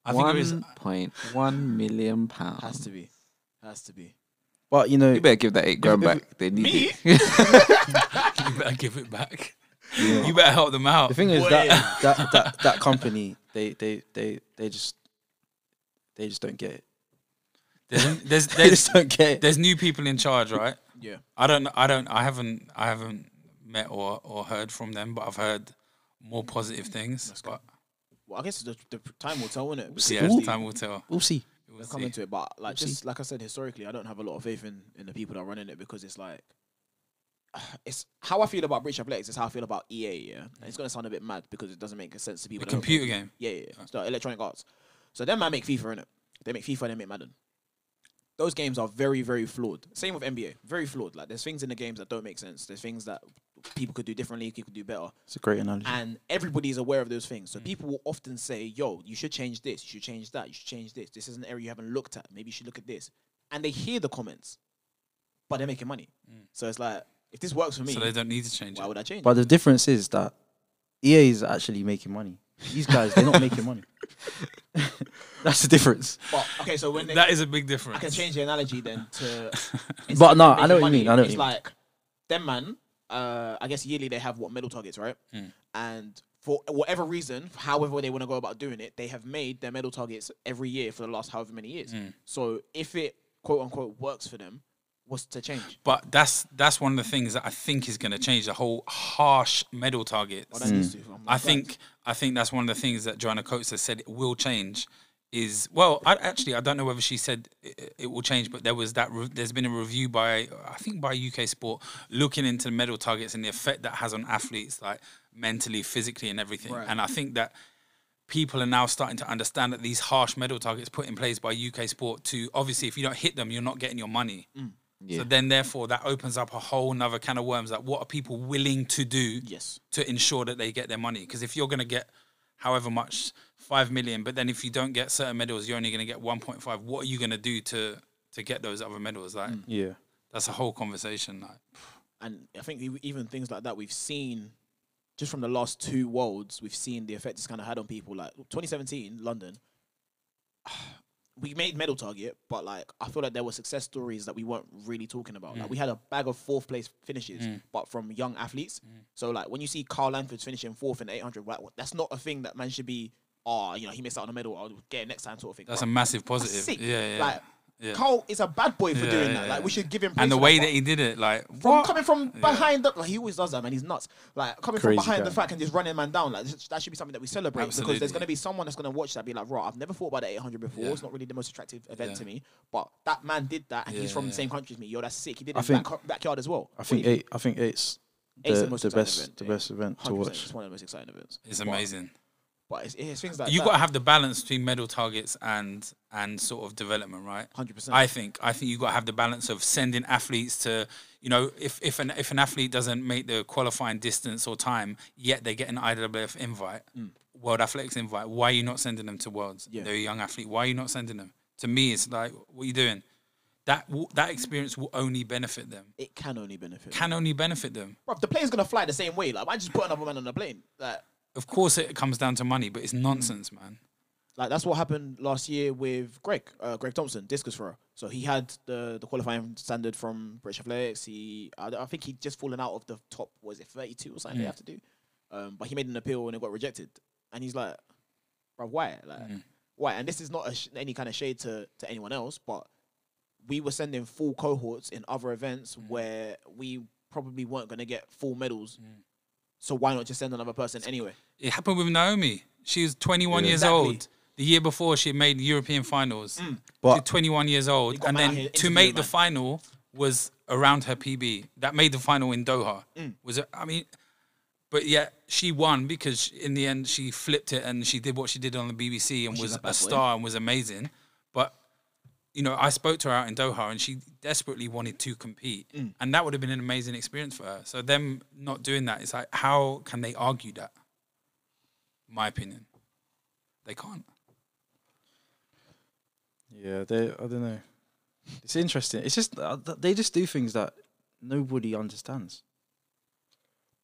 Speaker 1: i think it was
Speaker 2: one point one million pounds.
Speaker 3: Has to be. Has to be.
Speaker 4: But you know,
Speaker 2: You better give that eight grand
Speaker 4: if-
Speaker 2: back. They need
Speaker 1: <laughs>
Speaker 2: it.
Speaker 1: you better give it
Speaker 4: <laughs>
Speaker 1: back you better help them out
Speaker 4: the thing is that <laughs> that, that that company, they they they they just they just don't get it. <laughs>
Speaker 1: There's, there's,
Speaker 4: They
Speaker 1: there's,
Speaker 4: just don't get it.
Speaker 1: there's new people in charge, right?
Speaker 3: Yeah.
Speaker 1: I don't, I don't, I haven't, I haven't met or, or heard from them, but I've heard more positive things. But
Speaker 3: Well, I guess the, the time will tell, won't it?
Speaker 1: yeah,
Speaker 4: Ooh.
Speaker 1: time will tell.
Speaker 4: We'll see.
Speaker 1: We'll
Speaker 3: We'll come
Speaker 1: see.
Speaker 3: into it, but like
Speaker 4: We'll
Speaker 3: just like I said, historically, I don't have a lot of faith in in the people that are running it because it's like. <sighs> It's how I feel about British Athletics. It's how I feel about EA. Yeah, and it's gonna sound a bit mad because it doesn't make sense to people.
Speaker 1: Mm. The
Speaker 3: that don't-
Speaker 1: computer game.
Speaker 3: Yeah, yeah, yeah. So Electronic Arts. So them man make FIFA, innit? They make FIFA, they make Madden. Those games are very, very flawed. Same with NBA, very flawed. Like there's things in the games that don't make sense. There's things that people could do differently, people could do better.
Speaker 4: It's a great analogy.
Speaker 3: And everybody's aware of those things. So
Speaker 1: Mm.
Speaker 3: people will often say, yo, you should change this, you should change that, you should change this. This is an area you haven't looked at. Maybe you should look at this. And they hear the comments, but they're making money. So it's like, if this works for me,
Speaker 1: Mm. So they don't need to change
Speaker 3: why
Speaker 1: it.
Speaker 3: would I change?
Speaker 4: But the difference is that EA is actually making money. These guys, they're not making money. <laughs> That's the difference.
Speaker 3: But, okay, so when they,
Speaker 1: That is a big
Speaker 3: I can
Speaker 1: difference.
Speaker 3: change the analogy then
Speaker 4: <laughs>
Speaker 3: to. it's
Speaker 4: But no,
Speaker 3: they're
Speaker 4: I know
Speaker 3: making
Speaker 4: what you mean, I know what
Speaker 3: It's
Speaker 4: you mean.
Speaker 3: like them man. Uh, I guess yearly they have what medal targets, right?
Speaker 4: Hmm.
Speaker 3: And for whatever reason, however they want to go about doing it, they have made their medal targets every year for the last however many years.
Speaker 4: Hmm.
Speaker 3: So if it quote unquote works for them, what's to change?
Speaker 1: But that's that's one of the things that I think is going to change the whole harsh medal targets.
Speaker 3: Well, that
Speaker 4: Hmm.
Speaker 3: needs to. I'm
Speaker 1: I
Speaker 3: like,
Speaker 1: think I think that's one of the things that Joanna Coates has said it will change. Is well, I, actually, I don't know whether she said it, it will change, but there was that. Re- there's been a review by I think by UK Sport looking into the medal targets and the effect that has on athletes, like mentally, physically, and everything.
Speaker 3: Right.
Speaker 1: And I think that people are now starting to understand that these harsh medal targets put in place by UK Sport to obviously, if you don't hit them, you're not getting your money.
Speaker 3: Mm.
Speaker 1: So then, therefore, that opens up a whole nother can of worms. Like, what are people willing to do?
Speaker 3: Yes.
Speaker 1: to ensure that they get their money. Because if you're going to get however much, five million, but then if you don't get certain medals, you're only going to get one point five. What are you going to do to to get those other medals? Like
Speaker 3: Mm.
Speaker 4: Yeah.
Speaker 1: that's a whole conversation. Like
Speaker 3: and I think e- even things like that we've seen just from the last two worlds, we've seen the effect it's kind of had on people. Like 2017 London, <sighs> we made medal target, but like I feel like there were success stories that we weren't really talking about.
Speaker 1: Mm.
Speaker 3: Like we had a bag of fourth place finishes, but from young athletes.
Speaker 1: Mm.
Speaker 3: So like when you see Carl Langford finishing fourth in the 800, like, that's not a thing that man should be. Oh, you know, he missed out on a medal. I'll get it next time, sort of thing.
Speaker 1: that's
Speaker 3: Bruh,
Speaker 1: a massive
Speaker 3: that's
Speaker 1: positive.
Speaker 3: sick.
Speaker 1: Yeah, yeah.
Speaker 3: Like
Speaker 1: yeah.
Speaker 3: Carl is a bad boy for
Speaker 1: Yeah,
Speaker 3: doing
Speaker 1: yeah,
Speaker 3: that. Like we
Speaker 1: yeah.
Speaker 3: should give him. praise
Speaker 1: and the
Speaker 3: for
Speaker 1: way
Speaker 3: that,
Speaker 1: that
Speaker 3: but-
Speaker 1: he did it, like
Speaker 3: from
Speaker 1: what?
Speaker 3: coming from behind the like he always does that man he's nuts like coming
Speaker 4: Crazy
Speaker 3: from behind the
Speaker 4: guy.
Speaker 3: fact and just running man down like this- that should be something that we celebrate because there's
Speaker 1: Absolutely.
Speaker 3: going to be someone that's going to watch that and be like right I've never thought about the 800 before
Speaker 1: Yeah.
Speaker 3: it's not really the most attractive event
Speaker 1: Yeah.
Speaker 3: to me but that man did that and he's
Speaker 1: Yeah,
Speaker 3: from the
Speaker 1: yeah.
Speaker 3: same country as me yo that's sick he did it
Speaker 4: I
Speaker 3: in his
Speaker 4: think-
Speaker 3: back, backyard as well
Speaker 4: I think
Speaker 3: Wait,
Speaker 4: eight. I think eight's the,
Speaker 3: Eight's the most
Speaker 4: the
Speaker 3: exciting
Speaker 4: best
Speaker 3: event,
Speaker 4: the
Speaker 3: yeah.
Speaker 4: best event to
Speaker 3: 100%,
Speaker 4: watch.
Speaker 3: it's one of the most exciting events
Speaker 1: It's
Speaker 3: But-
Speaker 1: amazing.
Speaker 3: But it's, it's things like
Speaker 1: you
Speaker 3: that.
Speaker 1: got to have the balance between medal targets and and sort of development, right?
Speaker 3: 100%.
Speaker 1: I think I think you got to have the balance of sending athletes to you know if if an if an athlete doesn't make the qualifying distance or time yet they get an IWF invite, World Athletics invite. Why are you not sending them to Worlds?
Speaker 3: Mm. Yeah.
Speaker 1: They're a young athlete. Why are you not sending them? To me, it's like what are you doing? That w- that experience will only benefit them.
Speaker 3: it can only benefit.
Speaker 1: Can only benefit them.
Speaker 3: Bruv, the plane's gonna fly the same way. Like, why just put another man on the plane? Like,
Speaker 1: Of course, it comes down to money, but it's
Speaker 3: Mm.
Speaker 1: nonsense, man.
Speaker 3: like that's what happened last year with Greg, uh, Greg Thompson, discus thrower. So he had the the qualifying standard from British Athletics. He, I, I think he just fallen out of the top. Was it thirty two or something they have to do? Um, but he made an appeal and it got rejected. And he's like, "Bro, why? Like, why?" And this is not a sh- any kind of shade to to anyone else, but we were sending full cohorts in other events where we probably weren't going to get full medals. So why not just send another person anyway?
Speaker 1: It happened with Naomi. She was 21 years
Speaker 3: Exactly. Mm.
Speaker 1: old. The year before, she made European finals.
Speaker 4: But-
Speaker 1: She was 21 years old,
Speaker 3: got
Speaker 1: and
Speaker 3: man out
Speaker 1: then to
Speaker 3: here interviewing
Speaker 1: make the
Speaker 3: man.
Speaker 1: final was around her PB. That made the final in Doha.
Speaker 3: Mm.
Speaker 1: Was it? I mean, but yet she won because in the end she flipped it and she did what she did on the BBC and was
Speaker 3: a
Speaker 1: a,
Speaker 3: bad boy.
Speaker 1: star and was amazing. But you know, I spoke to her out in Doha and she desperately wanted to compete,
Speaker 3: Mm.
Speaker 1: and that would have been an amazing experience for her. So them not doing that, it's like how can they argue that? My opinion, they can't.
Speaker 4: Yeah, they. I don't know. It's interesting. It's just uh, th- they just do things that nobody understands.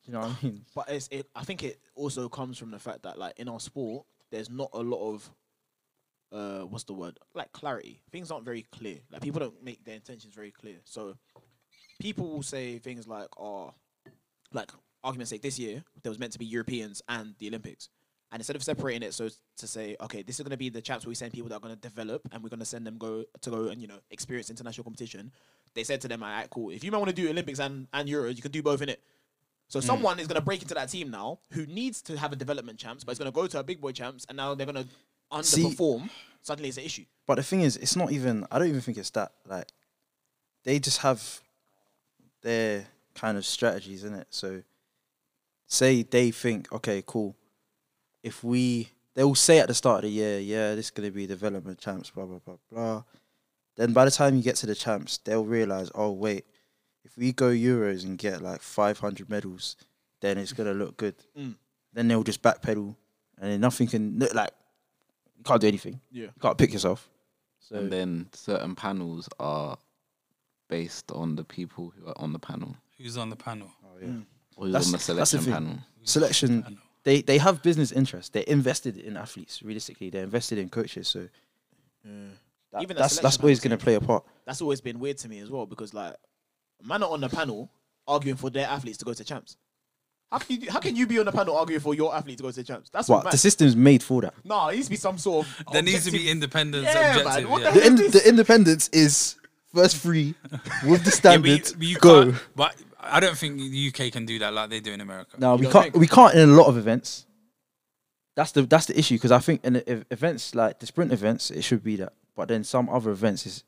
Speaker 4: You know what I mean?
Speaker 3: But it's, it, I think it also comes from the fact that, like, in our sport, there's not a lot of, uh, what's the word? Like clarity. Things aren't very clear. Like people don't make their intentions very clear. So people will say things like, "Oh, like argument's sake, this year there was meant to be Europeans and the Olympics." And instead of separating it, so as to say, okay, this is going to be the chaps where we send people that are going to develop, and we're going to send them go to go and you know experience international competition. They said to them, "All right, cool. If you might want to do Olympics and and Euros, you can do both in it." So
Speaker 4: Hmm.
Speaker 3: someone is going to break into that team now who needs to have a development champs, but it's going to go to a big boy champs, and now they're going to
Speaker 4: See-
Speaker 3: underperform. Suddenly, it's an issue.
Speaker 4: But the thing is, it's not even. I don't even think it's that. Like, they just have their kind of strategies in it. So, say they think, okay, cool. If we, they will say at the start of the year, yeah, this is gonna be development champs, blah blah blah blah. Then by the time you get to the champs, they'll realize, oh wait, if we go Euros and get like 500 medals, then it's gonna look good. Then they'll just backpedal, and then nothing can look like you can't do anything.
Speaker 3: Yeah.
Speaker 4: You can't pick yourself. So
Speaker 2: and then certain panels are based on the people who are on the panel
Speaker 1: Who's on the panel?
Speaker 2: or who's
Speaker 4: That's-
Speaker 2: on the
Speaker 4: that's the
Speaker 2: selection
Speaker 4: thing.
Speaker 2: panel.
Speaker 4: selection, they they have business interests. They're invested in athletes. Realistically, they're invested in coaches. So that-
Speaker 3: Even the
Speaker 4: that's that's
Speaker 3: selection
Speaker 4: always
Speaker 3: panel
Speaker 4: going to play a part.
Speaker 3: that's always been weird to me as well because like man are on the panel arguing for their athletes to go to champs. How can you how can you be on the panel arguing for your athlete to go to champs? That's
Speaker 4: But
Speaker 3: what.
Speaker 4: the system's made for that.
Speaker 3: no, it needs to be some sort of.
Speaker 1: There needs to be
Speaker 3: objective-
Speaker 1: independence.
Speaker 3: Yeah, man,
Speaker 1: objective,
Speaker 3: what
Speaker 1: yeah.
Speaker 3: the
Speaker 4: The, in, the independence is first free with the
Speaker 1: Yeah, but you-
Speaker 4: standard.
Speaker 1: but you
Speaker 4: go.
Speaker 1: can't- But I don't think the UK can do that like they do in America.
Speaker 4: No, we
Speaker 3: don't
Speaker 4: can't.
Speaker 3: think?
Speaker 4: We can't in a lot of events. That's the that's the issue because I think in the ev- events like the sprint events, it should be that. But then some other events is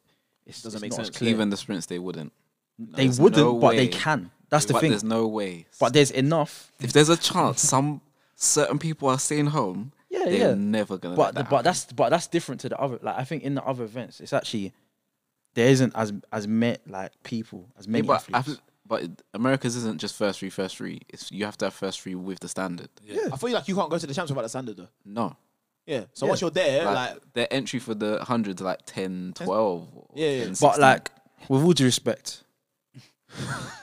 Speaker 4: it
Speaker 3: Doesn't make sense.
Speaker 4: Clear.
Speaker 2: Even the sprints, they wouldn't.
Speaker 4: they
Speaker 2: there's
Speaker 4: wouldn't,
Speaker 2: no
Speaker 4: but they
Speaker 2: way.
Speaker 4: can. That's the
Speaker 2: but
Speaker 4: thing.
Speaker 2: there's no way.
Speaker 4: but there's enough.
Speaker 2: if there's a chance, some certain people are staying home.
Speaker 4: Yeah,
Speaker 2: they're
Speaker 4: yeah.
Speaker 2: never gonna. let
Speaker 4: But the,
Speaker 2: that
Speaker 4: but
Speaker 2: happen.
Speaker 4: that's but that's different to the other. Like I think in the other events, it's actually there isn't as as met like people as
Speaker 2: Yeah,
Speaker 4: many
Speaker 2: but
Speaker 4: athletes.
Speaker 2: athle- but it- America's isn't just first three, first three. It's you have to have first three with the standard.
Speaker 3: I feel like you can't go to the champs without the standard though.
Speaker 2: No,
Speaker 3: Yeah. So once you're there,
Speaker 2: like,
Speaker 3: like,
Speaker 2: their entry for the hundreds like 10, 12. or
Speaker 3: Yeah, yeah.
Speaker 2: 10,
Speaker 4: But
Speaker 2: 16.
Speaker 4: like with all due respect,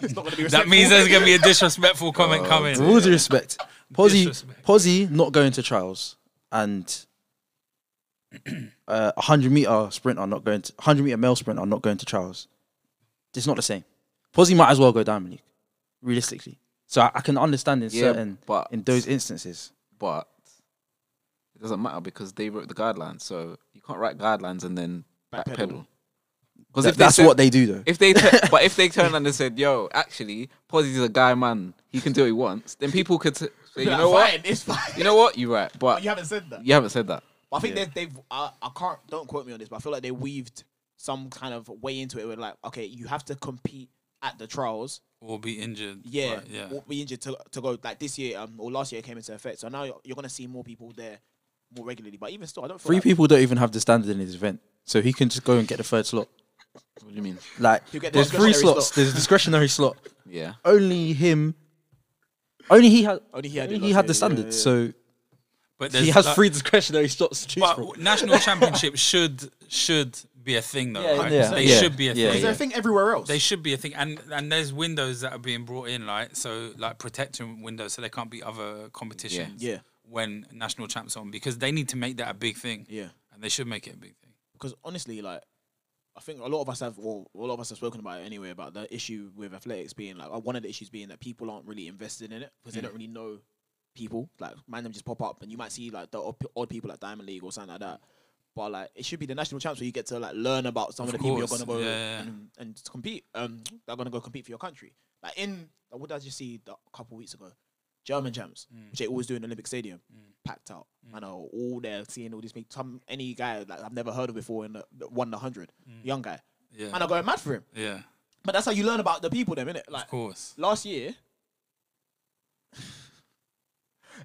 Speaker 3: it's not gonna
Speaker 1: <laughs> That
Speaker 3: be. respectful.
Speaker 1: means there's gonna be a disrespectful comment
Speaker 3: Oh,
Speaker 4: with
Speaker 1: coming.
Speaker 4: all due respect, Posey
Speaker 1: Disrespect.
Speaker 4: Posey not going to trials and uh, a hundred meter sprint are not going to hundred meter male sprint are not going to trials. It's not the same. Posey might as well go diamond league, realistically. So I, I can understand in
Speaker 2: Yeah,
Speaker 4: certain
Speaker 2: but-
Speaker 4: in those instances.
Speaker 2: but it doesn't matter because they wrote the guidelines. So you can't write guidelines and then
Speaker 3: Backpedal.
Speaker 2: backpedal. Because
Speaker 4: Th- that's what they do though.
Speaker 2: If they, tu- but if they turned and they said, "Yo, actually, Posey's a guy, man. He can do what he wants," then people could t-
Speaker 3: <laughs>
Speaker 2: say, "You
Speaker 3: Like,
Speaker 2: know
Speaker 3: fine,
Speaker 2: what?
Speaker 3: It's fine. <laughs>
Speaker 2: You know what? You're right, but
Speaker 3: you haven't said that.
Speaker 2: you haven't said that."
Speaker 3: But I think they've, they've I, I can't don't quote me on this, but I feel like they weaved some kind of way into it where like, okay, you have to compete at the trials.
Speaker 1: Or be injured.
Speaker 3: Yeah,
Speaker 1: but yeah.
Speaker 3: will be injured to, to go like this year um, or last year it came into effect. So now you're, you're gonna see more people there more regularly. But even still, I don't feel
Speaker 4: Three
Speaker 3: like
Speaker 4: people don't even have the standard in his event, so he can just go and get the third slot.
Speaker 2: What do you mean?
Speaker 4: Like
Speaker 3: He'll get the
Speaker 4: there's three
Speaker 3: discretionary
Speaker 4: slots.
Speaker 3: slot.
Speaker 4: There's a
Speaker 3: <laughs>
Speaker 4: discretionary slot.
Speaker 2: Yeah.
Speaker 4: Only him. Only he had.
Speaker 3: Only he had it
Speaker 4: Only he
Speaker 3: last
Speaker 4: had the
Speaker 3: year, yeah,
Speaker 4: standard.
Speaker 3: yeah,
Speaker 4: So
Speaker 1: But
Speaker 4: he
Speaker 1: there's
Speaker 4: has
Speaker 1: like-
Speaker 4: three discretionary slots to choose from.
Speaker 1: But
Speaker 4: <laughs>
Speaker 1: national championship should should be a thing though.
Speaker 4: Yeah,
Speaker 1: right?
Speaker 4: yeah,
Speaker 1: They
Speaker 4: yeah,
Speaker 1: should be a
Speaker 4: yeah,
Speaker 1: thing.
Speaker 3: Is there a thing everywhere else?
Speaker 1: They should be a thing, and and there's windows that are being brought in, like so, like protection windows, so there can't be other competitions.
Speaker 3: Yeah. Yeah.
Speaker 1: When national champs on, because they need to make that a big thing.
Speaker 3: Yeah.
Speaker 1: And they should make it a big thing.
Speaker 3: because honestly, like I think a lot of us have, well, a lot of us have spoken about it anyway about the issue with athletics being like uh, one of the issues being that people aren't really invested in it because
Speaker 1: Mm.
Speaker 3: they don't really know people. Like, man, them just pop up and you might see like the odd, pe- odd people at Diamond League or something like that. But like, it should be the national champs where you get to like learn about some of,
Speaker 1: Of
Speaker 3: the people you're
Speaker 1: course,
Speaker 3: gonna
Speaker 1: yeah,
Speaker 3: go
Speaker 1: yeah, yeah.
Speaker 3: and, and to compete. Um, that are gonna go compete for your country. Like in like, what did I just see the- a couple weeks ago? German champs, which they always do in the Olympic Stadium, packed out. I know all there seeing all these people. Some any guy that I've never heard of before in the, that won the hundred, young guy,
Speaker 1: Yeah.
Speaker 3: and I go mad for him.
Speaker 1: Yeah.
Speaker 3: But that's how you learn about the people, them, innit? Like
Speaker 1: Of course.
Speaker 3: last year. <laughs>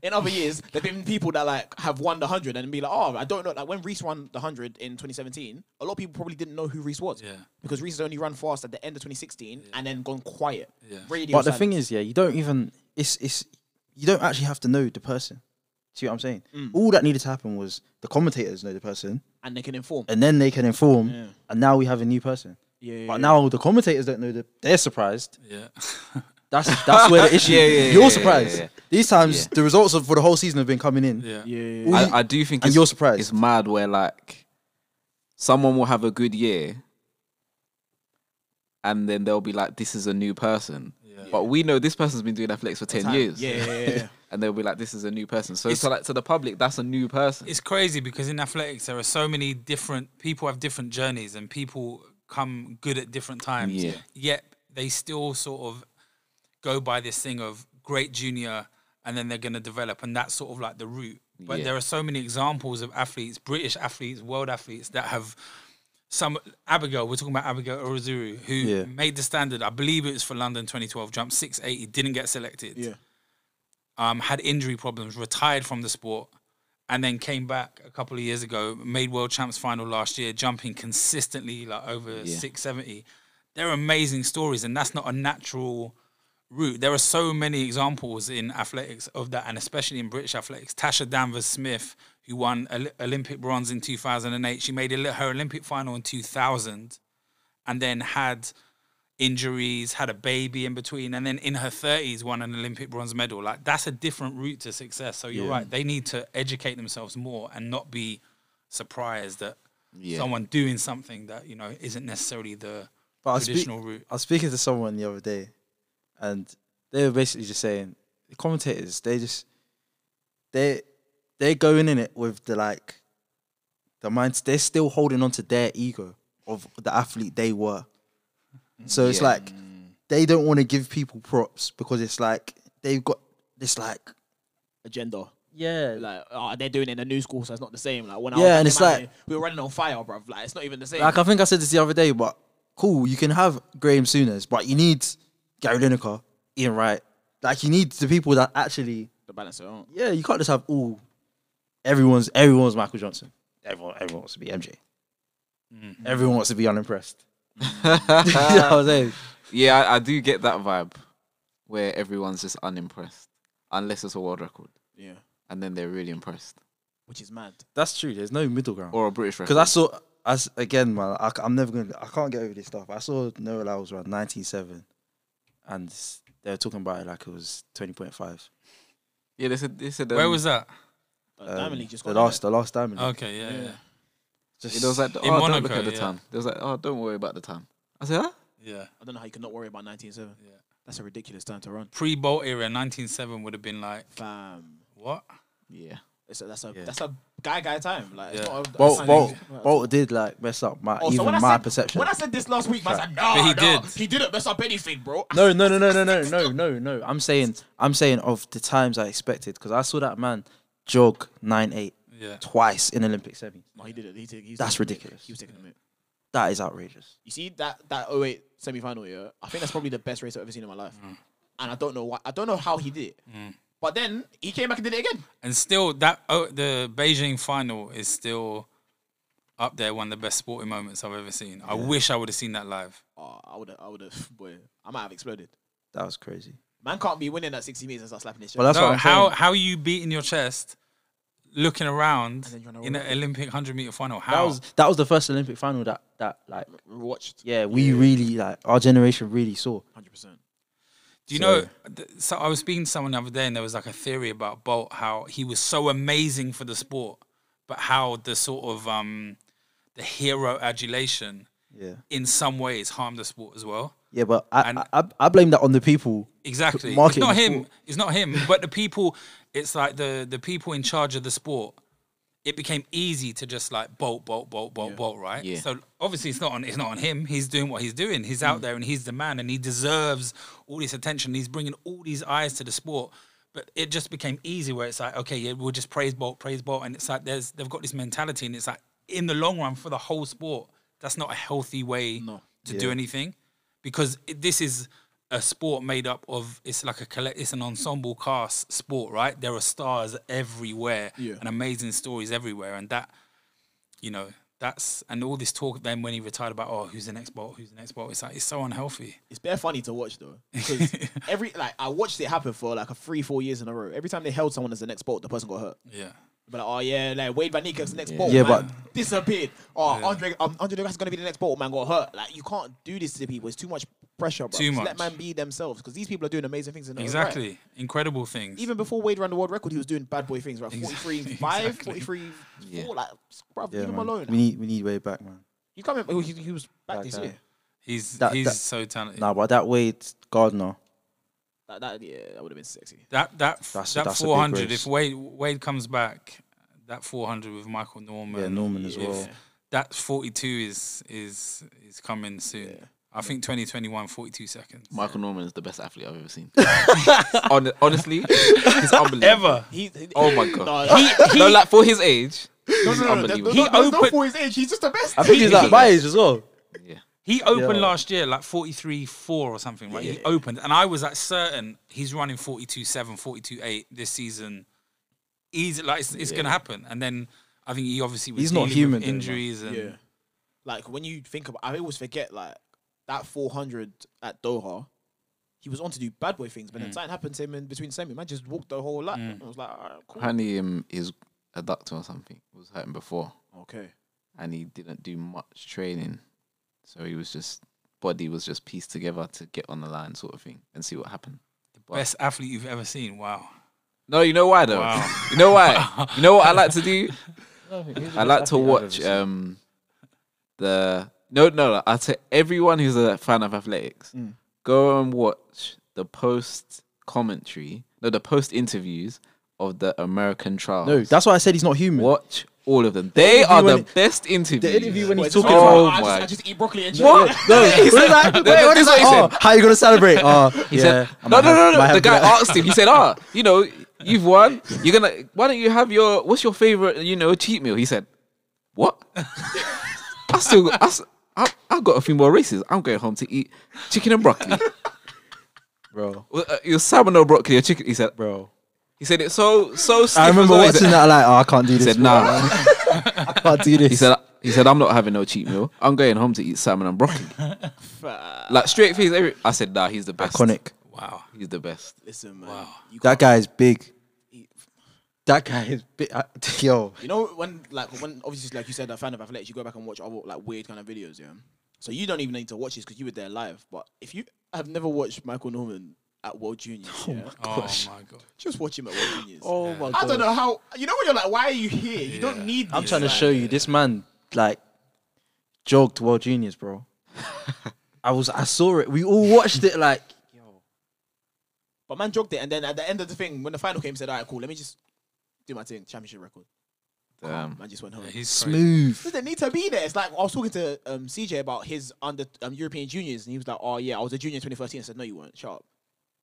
Speaker 3: In other years, there've been people that like have won the hundred and be like, "Oh, I don't know." Like when Reese won the hundred in 2017, a lot of people probably didn't know who Reese was,
Speaker 1: Yeah.
Speaker 3: because Reese has only run fast at the end of 2016 and then gone quiet.
Speaker 1: Yeah.
Speaker 3: Radio
Speaker 4: But the
Speaker 3: silence.
Speaker 4: thing is, yeah, you don't even it's it's you don't actually have to know the person. See what I'm saying?
Speaker 3: Mm.
Speaker 4: All that needed to happen was the commentators know the person,
Speaker 3: and they can inform.
Speaker 4: and then they can inform,
Speaker 3: Yeah.
Speaker 4: and now we have a new person.
Speaker 3: Yeah, yeah,
Speaker 4: But
Speaker 3: yeah.
Speaker 4: now the commentators don't know that they're surprised.
Speaker 1: Yeah. <laughs>
Speaker 4: That's that's
Speaker 2: <laughs>
Speaker 4: where the issue.
Speaker 2: Yeah, yeah, yeah,
Speaker 4: you're
Speaker 2: yeah,
Speaker 4: surprised.
Speaker 2: yeah, yeah.
Speaker 4: These times,
Speaker 2: Yeah.
Speaker 4: the results of, for the whole season have been coming in.
Speaker 1: yeah.
Speaker 3: Yeah, yeah, yeah.
Speaker 4: All you-
Speaker 2: I, I do think
Speaker 4: and
Speaker 2: it's,
Speaker 4: you're surprised.
Speaker 2: It's mad where like someone will have a good year, and then they'll be like, "This is a new person,"
Speaker 1: Yeah.
Speaker 2: but we know this person's been doing athletics for ten
Speaker 3: Time.
Speaker 2: years.
Speaker 3: Yeah, yeah, yeah, yeah.
Speaker 2: <laughs> and they'll be like, "This is a new person." So
Speaker 1: It's-
Speaker 2: to like to the public, that's a new person.
Speaker 1: It's crazy because in athletics there are so many different people have different journeys and people come good at different times.
Speaker 2: Yeah.
Speaker 1: Yet they still sort of go by this thing of great junior and then they're going to develop and that's sort of like the route. But
Speaker 2: Yeah.
Speaker 1: there are so many examples of athletes, British athletes, world athletes that have some Abigail, we're talking about Abigail Orozuru, who
Speaker 4: Yeah.
Speaker 1: made the standard, I believe it was for London 2012, jumped 680, didn't get selected
Speaker 3: yeah.
Speaker 1: um, had injury problems, retired from the sport, and then came back a couple of years ago, made world champs final last year, jumping consistently like over 670. They're amazing stories, and that's not a natural route. There are so many examples in athletics of that, and especially in British athletics. Tasha Danvers Smith, who won Oli- Olympic bronze in 2008, she made Oli- her Olympic final in 2000 and then had injuries, had a baby in between, and then in her 30s won an Olympic bronze medal. Like that's a different route to success. So you're right. They need to educate themselves more and not be surprised that
Speaker 2: Yeah.
Speaker 1: someone doing something that, you know, isn't necessarily the
Speaker 4: But I was, speak-
Speaker 1: traditional route.
Speaker 4: I was speaking to someone the other day, and they were basically just saying the commentators they just they they're going in it with the like the minds they're still holding on to their ego of the athlete they were. So it's
Speaker 2: Yeah.
Speaker 4: like they don't want to give people props because it's like they've got this like
Speaker 3: Agenda.
Speaker 4: yeah like,
Speaker 3: Like, oh, they're doing it in a new school, so it's not the same. Like when I
Speaker 4: Yeah,
Speaker 3: was at
Speaker 4: and it's
Speaker 3: Manly,
Speaker 4: like-
Speaker 3: we were running on fire, bruv. Like it's not even the same.
Speaker 4: I think I said this the other day, but cool you can have Graham Sooners, but you need Gary Lineker, Ian Wright. Like you need the people that actually
Speaker 3: the balance it oh, out.
Speaker 4: yeah, you can't just have all everyone's everyone's Michael Johnson. Everyone everyone wants to be MJ. Everyone wants to be <laughs> unimpressed. you know what I'm saying?
Speaker 2: Yeah, I, I do get that vibe where everyone's just unimpressed, unless it's a world record,
Speaker 3: Yeah,
Speaker 2: and then they're really impressed,
Speaker 3: which is mad.
Speaker 4: That's true. There's no middle ground.
Speaker 2: or a British record.
Speaker 4: Because I saw as again, man, I, am never gonna. I can't get over this stuff. I saw Noel I was around 97, and they were talking about it like it was 20.5.
Speaker 2: yeah, they said they said um,
Speaker 1: Where was that?
Speaker 3: Like,
Speaker 4: Um,
Speaker 3: Diamond League just
Speaker 4: the
Speaker 3: got
Speaker 4: last, the last diamond. League.
Speaker 1: Okay, yeah, yeah.
Speaker 4: Just,
Speaker 2: It was like, oh,
Speaker 1: In
Speaker 2: don't look
Speaker 1: Monaco,
Speaker 2: at the
Speaker 1: yeah.
Speaker 2: time. It was like, oh, don't worry about the time. I said, huh?
Speaker 1: Yeah.
Speaker 3: I don't know how you could not worry about 19.7.
Speaker 1: Yeah.
Speaker 3: That's a ridiculous time to run.
Speaker 1: Pre Bolt era, 1907 would have been like,
Speaker 3: Fam,
Speaker 1: what?
Speaker 2: Yeah.
Speaker 3: it's a, that's a that's a guy guy time. Like it's
Speaker 1: Yeah.
Speaker 3: not a,
Speaker 4: Bolt,
Speaker 3: that's
Speaker 4: Bolt,
Speaker 3: not-
Speaker 4: Bolt did like mess up my
Speaker 3: Oh, so
Speaker 4: even
Speaker 3: when I
Speaker 4: my
Speaker 3: said-
Speaker 4: perception.
Speaker 3: When I said this last week, man, I said, no,
Speaker 1: But he
Speaker 3: no,
Speaker 1: did.
Speaker 3: He didn't mess up anything, bro.
Speaker 4: No, no, no, no, no, no, no, no, no. I'm saying, I'm saying of the times I expected because I saw that man jog nine eight
Speaker 1: Yeah.
Speaker 4: twice in Olympic semis.
Speaker 3: No, he did it. He took, he's
Speaker 4: That's
Speaker 3: taking a minute.
Speaker 4: ridiculous.
Speaker 3: He was taking a minute.
Speaker 4: That is outrageous.
Speaker 3: You see that that 08 semi final, yeah. I think that's probably the best race I've ever seen in my life,
Speaker 1: Mm.
Speaker 3: and I don't know why. I don't know how he did it, but then he came back and did it again.
Speaker 1: And still, that oh, the Beijing final is still up there, one of the best sporting moments I've ever seen. I wish I would have seen that live.
Speaker 3: Oh, I would have, I would have, <laughs> boy, I might have exploded.
Speaker 4: That was crazy.
Speaker 3: Man can't be winning at 60 meters and start slapping his chest.
Speaker 4: Well, that's
Speaker 1: No,
Speaker 4: what I'm
Speaker 1: how
Speaker 4: saying.
Speaker 1: how are you beating your chest, looking around
Speaker 3: then you're on a
Speaker 1: in
Speaker 3: roll.
Speaker 1: an Olympic hundred meter final?
Speaker 4: That
Speaker 1: How?
Speaker 4: was that was the first Olympic final that that like
Speaker 3: We watched
Speaker 4: yeah we really like our generation really saw.
Speaker 3: 100%.
Speaker 1: Do you
Speaker 4: So-
Speaker 1: know? th- So I was speaking to someone the other day, and there was like a theory about Bolt how he was so amazing for the sport, but how the sort of um the hero adulation
Speaker 4: Yeah,
Speaker 1: in some ways harmed the sport as well.
Speaker 4: yeah, but I
Speaker 1: And-
Speaker 4: I, I, I blame that on the people.
Speaker 1: Exactly.
Speaker 4: market
Speaker 1: It's not
Speaker 4: the
Speaker 1: him.
Speaker 4: sport.
Speaker 1: It's not him. But the people, it's like the the people in charge of the sport. It became easy to just like bolt, bolt, bolt, bolt, bolt, right?
Speaker 2: Yeah.
Speaker 1: So obviously it's not on it's not on him. He's doing what he's doing. He's out there and he's the man and he deserves all this attention. He's bringing all these eyes to the sport. But it just became easy where it's like, okay, yeah, we'll just praise Bolt, praise Bolt, and it's like there's they've got this mentality, and it's like in the long run for the whole sport, that's not a healthy way
Speaker 3: No.
Speaker 1: to do anything because it, this is a sport made up of it's like a collect it's an ensemble cast sport right there are stars everywhere
Speaker 3: Yeah.
Speaker 1: and amazing stories everywhere and that you know that's and all this talk then when he retired about oh who's the next bolt who's the next bolt it's like it's so unhealthy
Speaker 3: It's bare funny to watch though,
Speaker 1: <laughs>
Speaker 3: because every like I watched it happen for like a three, four years in a row. Every time they held someone as the next bolt, the person got hurt.
Speaker 1: yeah
Speaker 3: But like, oh yeah, like Wade Van Niekerk's the next bolt.
Speaker 4: Yeah,
Speaker 3: man, disappeared. Oh, Andre, um, Andre Degas is gonna be the next bolt. Man got hurt. Like you can't do this to people. It's too much pressure. Bro.
Speaker 1: Too
Speaker 3: Just
Speaker 1: much.
Speaker 3: Let man be themselves, because these people are doing amazing things. In their own right.
Speaker 1: exactly incredible things
Speaker 3: Even before Wade ran the world record, he was doing bad boy things. Right, forty
Speaker 1: <laughs>
Speaker 3: three five,
Speaker 1: Exactly.
Speaker 3: forty three
Speaker 2: Yeah.
Speaker 3: four. Like, bro,
Speaker 4: Yeah,
Speaker 3: leave him
Speaker 4: man.
Speaker 3: alone.
Speaker 4: we need we need way back, man.
Speaker 3: you can't remember. oh, He, he was back
Speaker 4: Like
Speaker 3: this
Speaker 4: that.
Speaker 3: year.
Speaker 1: he's
Speaker 4: That-
Speaker 1: he's
Speaker 4: that-
Speaker 1: so talented
Speaker 4: Nah, but that Wade Gardner,
Speaker 3: That, that yeah, that would have been sexy.
Speaker 1: that that
Speaker 4: That's a-
Speaker 1: that
Speaker 4: that's a big
Speaker 1: 400
Speaker 4: race.
Speaker 1: if Wade Wade comes back that 400 with Michael Norman
Speaker 4: yeah, Norman as
Speaker 1: if
Speaker 4: well.
Speaker 1: that 42 is is is coming soon
Speaker 3: Yeah.
Speaker 1: I think 2021 42 seconds
Speaker 2: Michael Norman is the best athlete I've ever seen. <laughs> Hon- Honestly, he's unbelievable.
Speaker 1: ever
Speaker 3: He, he-
Speaker 2: Oh my god.
Speaker 4: <laughs>
Speaker 3: No,
Speaker 2: no, like for his age,
Speaker 3: No,
Speaker 2: he's
Speaker 3: no, no,
Speaker 2: unbelievable.
Speaker 3: there's, no,
Speaker 1: He
Speaker 3: there's no
Speaker 1: opened-
Speaker 3: for his age. He's just the best.
Speaker 4: I think he's like
Speaker 2: he-
Speaker 4: my age as well.
Speaker 2: yeah.
Speaker 1: He opened
Speaker 4: Yeah.
Speaker 1: last year like 43 4 or something, right? He opened, and I was like certain he's running 42 7, 42 8 this season. He's like, it's, it's going to happen. And then I think he obviously was
Speaker 4: He's not
Speaker 1: dealing
Speaker 4: human
Speaker 1: with
Speaker 4: though, man.
Speaker 1: injuries. and
Speaker 3: Yeah. Like when you think about, I always forget like that 400 at Doha. He was on to do bad boy things, but then something happened to him in between semi. Man just walked the whole lap. I was like, all right, cool.
Speaker 2: Apparently, um, his adductor or something was hurting before,
Speaker 3: okay.
Speaker 2: and he didn't do much training, so he was just body was just pieced together to get on the line, sort of thing, and see what happened. But-
Speaker 1: Best athlete you've ever seen. Wow.
Speaker 2: No, you know why though.
Speaker 1: Wow.
Speaker 2: <laughs> You know why? you know what I like to
Speaker 4: <laughs>
Speaker 2: do? I like to watch um the no no. no, I tell everyone who's a fan of athletics,
Speaker 4: Mm.
Speaker 2: go and watch the post commentary, no, the post interviews of the American trials.
Speaker 4: No, that's why I said he's not human.
Speaker 2: watch all of them. They are
Speaker 4: interview
Speaker 2: the
Speaker 4: when-
Speaker 2: best interviews.
Speaker 4: interview when
Speaker 3: Wait,
Speaker 4: he's
Speaker 3: this
Speaker 4: talking
Speaker 3: one-
Speaker 2: about-
Speaker 3: I
Speaker 2: Oh
Speaker 3: just- I
Speaker 2: my-
Speaker 3: just eat broccoli and
Speaker 2: <laughs>
Speaker 4: No,
Speaker 3: chicken. <laughs>
Speaker 4: no, he's like, what
Speaker 2: no,
Speaker 4: is
Speaker 2: that's what he
Speaker 4: that? Oh,
Speaker 2: said.
Speaker 4: how you gonna
Speaker 2: <laughs>
Speaker 4: celebrate? Oh, he yeah,
Speaker 2: said,
Speaker 4: I
Speaker 2: no,
Speaker 4: might
Speaker 2: no, no,
Speaker 4: have-
Speaker 2: no.
Speaker 4: might have
Speaker 2: The
Speaker 4: to
Speaker 2: guy
Speaker 4: do that.
Speaker 2: asked him. He said, "Ah, you know, you've won. You're gonna. Why don't you have your? What's your favorite? You know, cheat meal?" He said, "What? <laughs> I still, I, s- I, I've got a few more races. I'm going home to eat chicken and broccoli. <laughs>
Speaker 4: bro,
Speaker 2: Well, uh, your salmon or broccoli or chicken?" He said.
Speaker 4: bro.
Speaker 2: He said it so so. stiff
Speaker 4: I
Speaker 2: as
Speaker 4: remember
Speaker 2: well. He
Speaker 4: watching
Speaker 2: said-
Speaker 4: that. Like, oh, I can't do this.
Speaker 2: He said,
Speaker 4: bro.
Speaker 2: "Nah."
Speaker 4: I can't do this.
Speaker 2: He said. He said, "I'm not having no cheat meal. I'm going home to eat salmon and broccoli." like straight face. Every, I said, "Nah, he's the best. Ah,
Speaker 4: iconic.
Speaker 1: Wow.
Speaker 2: He's the best."
Speaker 3: Listen, man. You,
Speaker 4: That guy is big.
Speaker 3: He-
Speaker 4: That guy is big. I- <laughs> Yo,
Speaker 3: you know when like when obviously like you said, a fan of athletics, you go back and watch other like weird kind of videos. Yeah. So you don't even need to watch this because you were there live. But if you have never watched Michael Norman at World <laughs> Juniors, yeah,
Speaker 1: Oh my God.
Speaker 3: just watch him at World Juniors.
Speaker 4: oh my
Speaker 3: I don't know how. You know when you're like, why are you here? You
Speaker 1: Yeah.
Speaker 3: don't need. This.
Speaker 4: I'm trying to
Speaker 3: Like,
Speaker 4: show you this man like jogged World
Speaker 2: <laughs>
Speaker 4: Juniors, bro. I was, I saw it. We all watched it. Like,
Speaker 3: But man jogged it, and then at the end of the thing, when the final came, he said, "All right, cool. Let me just do my thing. Championship record."
Speaker 2: Damn.
Speaker 3: Man just went home.
Speaker 1: Yeah, he's smooth.
Speaker 4: smooth.
Speaker 3: Doesn't need to be there. It's like I was talking to um, CJ about his under um, European juniors, and he was like, "Oh yeah, I was a junior in 2013." I said, "No, you weren't. Shut up."